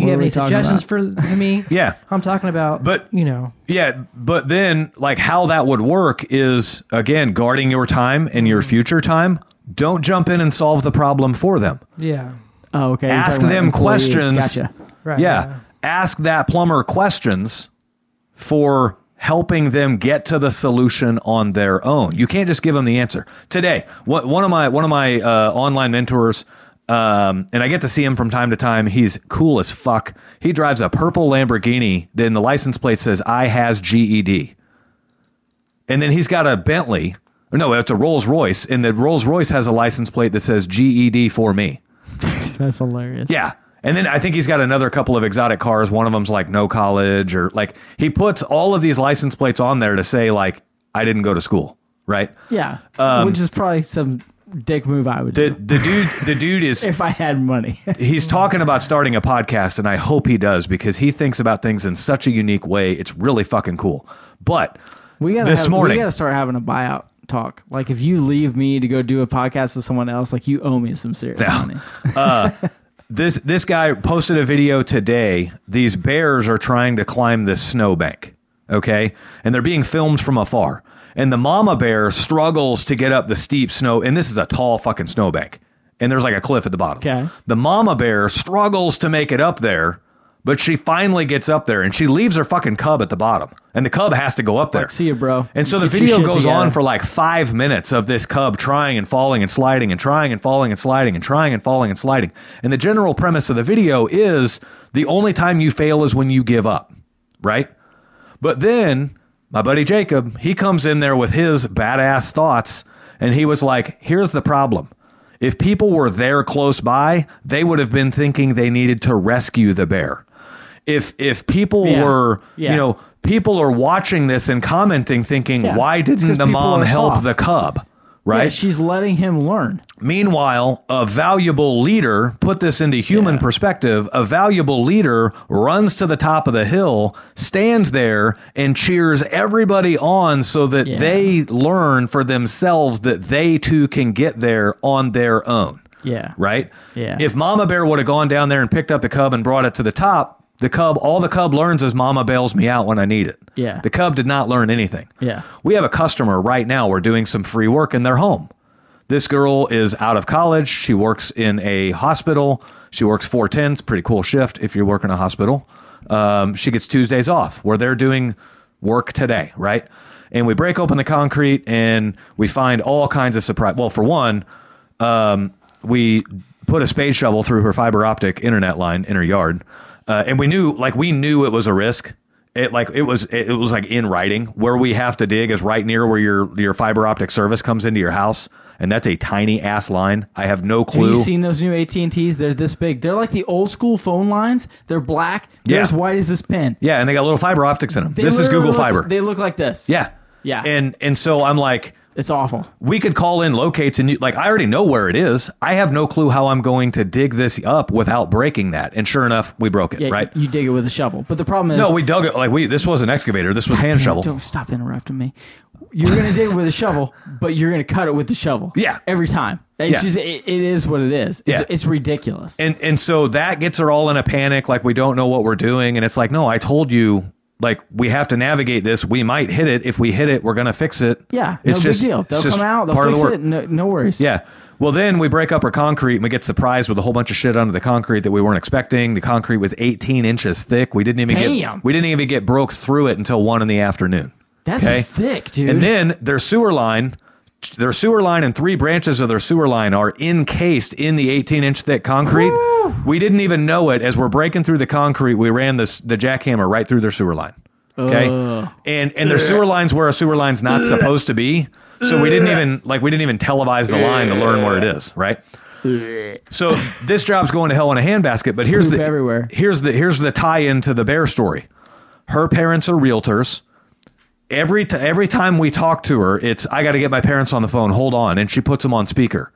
A: What
B: you have
A: are
B: any
A: we talking
B: suggestions for for me?"
C: Yeah.
B: I'm talking about,
C: But-
B: you know,
C: Yeah, but then like how that would work is again guarding your time and
A: Mm-hmm.
C: your future time. Don't jump in and solve the problem for them.
B: yeah,
A: oh, okay. you're
C: ask
A: talking about
C: them
A: employee.
C: questions.
A: Gotcha.
B: Right,
C: Yeah.
B: yeah.
C: Ask that plumber questions for helping them get to the solution on their own. You can't just give them the answer. Today, wha- one of my one of my uh, online mentors um, and I get to see him from time to time. He's cool as fuck. He drives a purple Lamborghini. Then the license plate says "I has GED," and then he's got a Bentley. Or no, it's a Rolls Royce, and the Rolls Royce has a license plate that says GED for me.
A: That's hilarious.
C: Yeah. And then I think he's got another couple of exotic cars. One of them's like no college or like he puts all of these license plates on there to say like I didn't go to school, right?
A: Yeah,
C: Um,
A: which is probably some dick move I would
C: The
A: do
C: the dude the dude is
A: if I had money.
C: he's talking about starting a podcast, and I hope he does because he thinks about things in such a unique way. It's really fucking cool. But
A: We gotta
C: this
A: have,
C: morning,
A: we gotta start having a buyout talk. Like if you leave me to go do a podcast with someone else, like you owe me some serious money.
C: this this guy posted a video today. These bears are trying to climb this snowbank, okay, and they're being filmed from afar. And the mama bear struggles to get up the steep snow, and this is a tall fucking snowbank. And there's like a cliff at the bottom.
A: Okay.
C: The mama bear struggles to make it up there, but she finally gets up there and she leaves her fucking cub at the bottom. And the cub has to go up there.
A: see ya, bro.
C: And so the
A: Get your
C: video
A: shit
C: goes on
A: together.
C: for like five minutes of this cub trying and falling and sliding and trying and falling and sliding and trying and falling and sliding. And the general premise of the video is the only time you fail is when you give up, right? But then my buddy Jacob, he comes in there with his badass thoughts and he was like, here's the problem. If people were there close by, they would have been thinking they needed to rescue the bear. If if people
A: Yeah.
C: were,
A: Yeah.
C: you know, people are watching this and commenting thinking,
A: Yeah.
C: why
A: It's
C: didn't
A: 'cause
C: the
A: people
C: mom
A: are
C: help
A: soft.
C: the cub? Right?
A: Yeah, she's letting him learn.
C: Meanwhile, a valuable leader, put this into human
A: Yeah.
C: perspective, a valuable leader runs to the top of the hill, stands there, and cheers everybody on so that
A: Yeah.
C: they learn for themselves that they too can get there on their own.
A: Yeah.
C: Right?
A: Yeah.
C: If Mama Bear would have gone down there and picked up the cub and brought it to the top, the cub, all the cub learns is Mama bails me out when I need it.
A: Yeah.
C: The cub did not learn anything.
A: Yeah.
C: We have a customer right now. We're doing some free work in their home. This girl is out of college. She works in a hospital. She works 410s, pretty cool shift if you work in a hospital. Um, she gets Tuesdays off where they're doing work today, right? And we break open the concrete and we find all kinds of surprise. Well, for one, um, we put a spade shovel through her fiber optic internet line in her yard, uh, and we knew like we knew it was a risk. It like it was it, it was like in writing where we have to dig is right near where your your fiber optic service comes into your house, and that's a tiny ass line. I have no
A: Have
C: clue.
A: you seen those new AT and T's? They're this big. They're like the old school phone lines. They're black. They're
C: Yeah.
A: as white as this pen.
C: yeah, and they got little fiber optics in them.
A: They
C: This is
A: literally
C: Google
A: look-
C: Fiber.
A: They look like this.
C: yeah,
A: Yeah.
C: and and so I'm like.
A: It's awful.
C: we could call in locates and you, like I already know where it is. I have no clue how I'm going to dig this up without breaking that. And sure enough, we broke it.
A: Yeah,
C: right?
A: You dig it with a shovel. But the problem is
C: no, we dug it like we. This was an excavator. This was hand shovel.
A: Don't stop interrupting me. You're gonna dig it with a shovel, but you're gonna cut it with the shovel.
C: Yeah.
A: Every time. It's
C: Yeah.
A: just it, it is what it is. It's,
C: Yeah.
A: it's ridiculous.
C: And and so that gets her all in a panic, like we don't know what we're doing. And it's like, no, I told you, like we have to navigate this. We might hit it. If we hit it, we're gonna fix it.
A: yeah.
C: it's
A: no
C: just
A: big deal. They'll
C: it's just
A: come out, they'll
C: part of
A: fix
C: the work.
A: it. No, no worries.
C: Yeah. Well, then we break up our concrete and we get surprised with a whole bunch of shit under the concrete that we weren't expecting. The concrete was 18 inches thick. We didn't even
A: Damn.
C: get we didn't even get broke through it until one in the afternoon.
A: That's thick, dude.
C: And then their sewer line, their sewer line and three branches of their sewer line are encased in the 18 inch thick concrete. We didn't even know it as we're breaking through the concrete. We ran this the jackhammer right through their sewer line. Okay,
A: Oh.
C: and and their sewer lines where a sewer line's not supposed to be. So we didn't even like we didn't even televise the line to learn where it is. Right. So this job's going to hell in a handbasket. But here's
A: Poop
C: the
A: everywhere.
C: here's the here's the tie in to the bear story. Her parents are realtors. Every t- every time we talk to her, it's I got to get my parents on the phone. Hold on, and she puts them on speaker.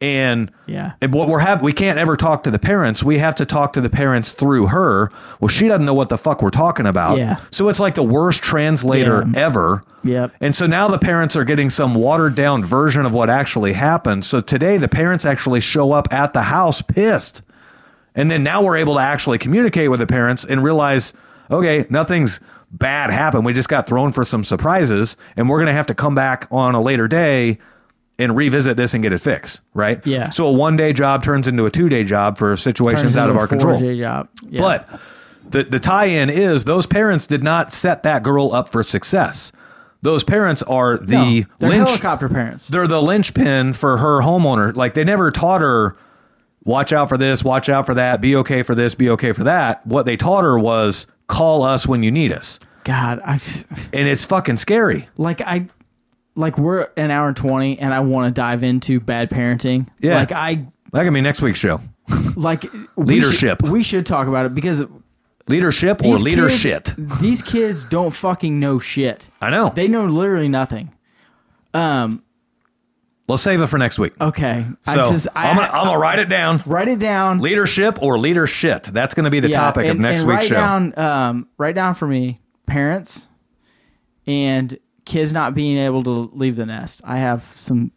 C: And
A: Yeah.
C: and what we're have we can't ever talk to the parents. We have to talk to the parents through her. Well, she doesn't know what the fuck we're talking about.
A: Yeah.
C: So it's like the worst translator
A: Yeah.
C: ever.
A: Yep.
C: And so now the parents are getting some watered down version of what actually happened. So today the parents actually show up at the house pissed. And then now we're able to actually communicate with the parents and realize, okay, nothing's bad happened. We just got thrown for some surprises and we're going to have to come back on a later day and revisit this and get it fixed, right?
A: Yeah.
C: So a one day job turns into a two day job for situations
A: Turns
C: out of
A: into a
C: our control.
A: 4J job. Yeah.
C: But the, the tie in is those parents did not set that girl up for success. Those parents are the
A: No, they're
C: lynch.
A: helicopter parents.
C: They're the linchpin for her homeowner. Like they never taught her, watch out for this, watch out for that, be okay for this, be okay for that. What they taught her was call us when you need us,
A: God, I
C: and it's fucking scary.
A: like I like we're an hour and twenty, and I want to dive into bad parenting.
C: Yeah.
A: like I
C: That could be next week's show.
A: like we
C: Leadership.
A: should- We should, talk about it because
C: Leadership or
A: these
C: leader
A: kids-
C: shit.
A: These kids don't fucking know shit.
C: I know.
A: They know literally nothing. Um,
C: Let's save it for next week.
A: Okay. I
C: So I
A: just I,
C: am gonna, I'm gonna write it down.
A: write it down.
C: Leadership or leader shit. That's gonna be the
A: Yeah,
C: topic of
A: and-
C: next
A: and
C: week's
A: write
C: show.
A: Down, um, write down for me parents and kids not being able to leave the nest. I have some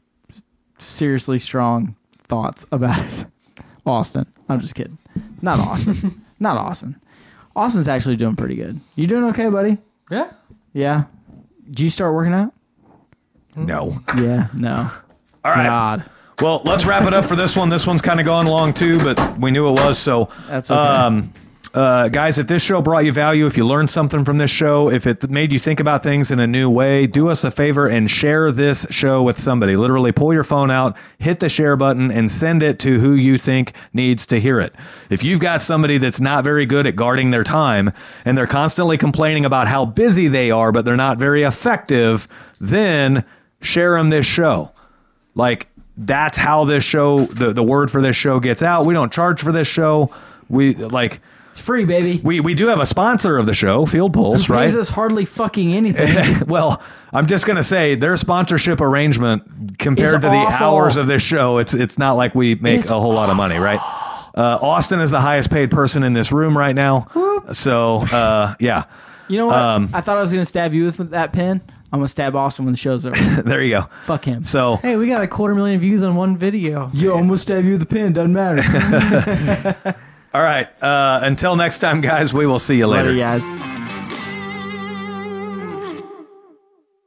A: seriously strong thoughts about it. Austin, I'm just kidding. Not Austin. not Austin. Austin's actually doing pretty good. You doing okay, buddy?
B: Yeah.
A: Yeah. Do you start working out?
C: no.
A: Yeah. No.
C: All right.
A: God.
C: Well, let's wrap it up for this one. This one's kind of gone long too, but we knew it was. So,
A: That's okay.
C: um, uh, guys, if this show brought you value, if you learned something from this show, if it made you think about things in a new way, do us a favor and share this show with somebody. Literally, pull your phone out, hit the share button, and send it to who you think needs to hear it. If you've got somebody that's not very good at guarding their time and they're constantly complaining about how busy they are, but they're not very effective, then share them this show like that's how this show the, the word for this show gets out we don't charge for this show we like
A: It's free, baby.
C: we, we do have a sponsor of the show field pulse
A: Who
C: right
A: Pays us hardly fucking anything.
C: well i'm just going to say their sponsorship arrangement compared
A: It's
C: to the
A: awful.
C: hours of this show it's it's not like we make
A: It's
C: a whole lot of money right uh, austin is the highest paid person in this room right now so uh, yeah
A: You know what? I thought I was gonna stab you with that pen. I'm gonna stab Austin when the show's over.
C: there you go
A: Fuck him.
C: so
B: Hey, we got a quarter million views on one video.
A: Yo, I'm gonna stab you with a pen. Doesn't matter.
C: all right uh, until next time guys we will see you later
A: Later, guys.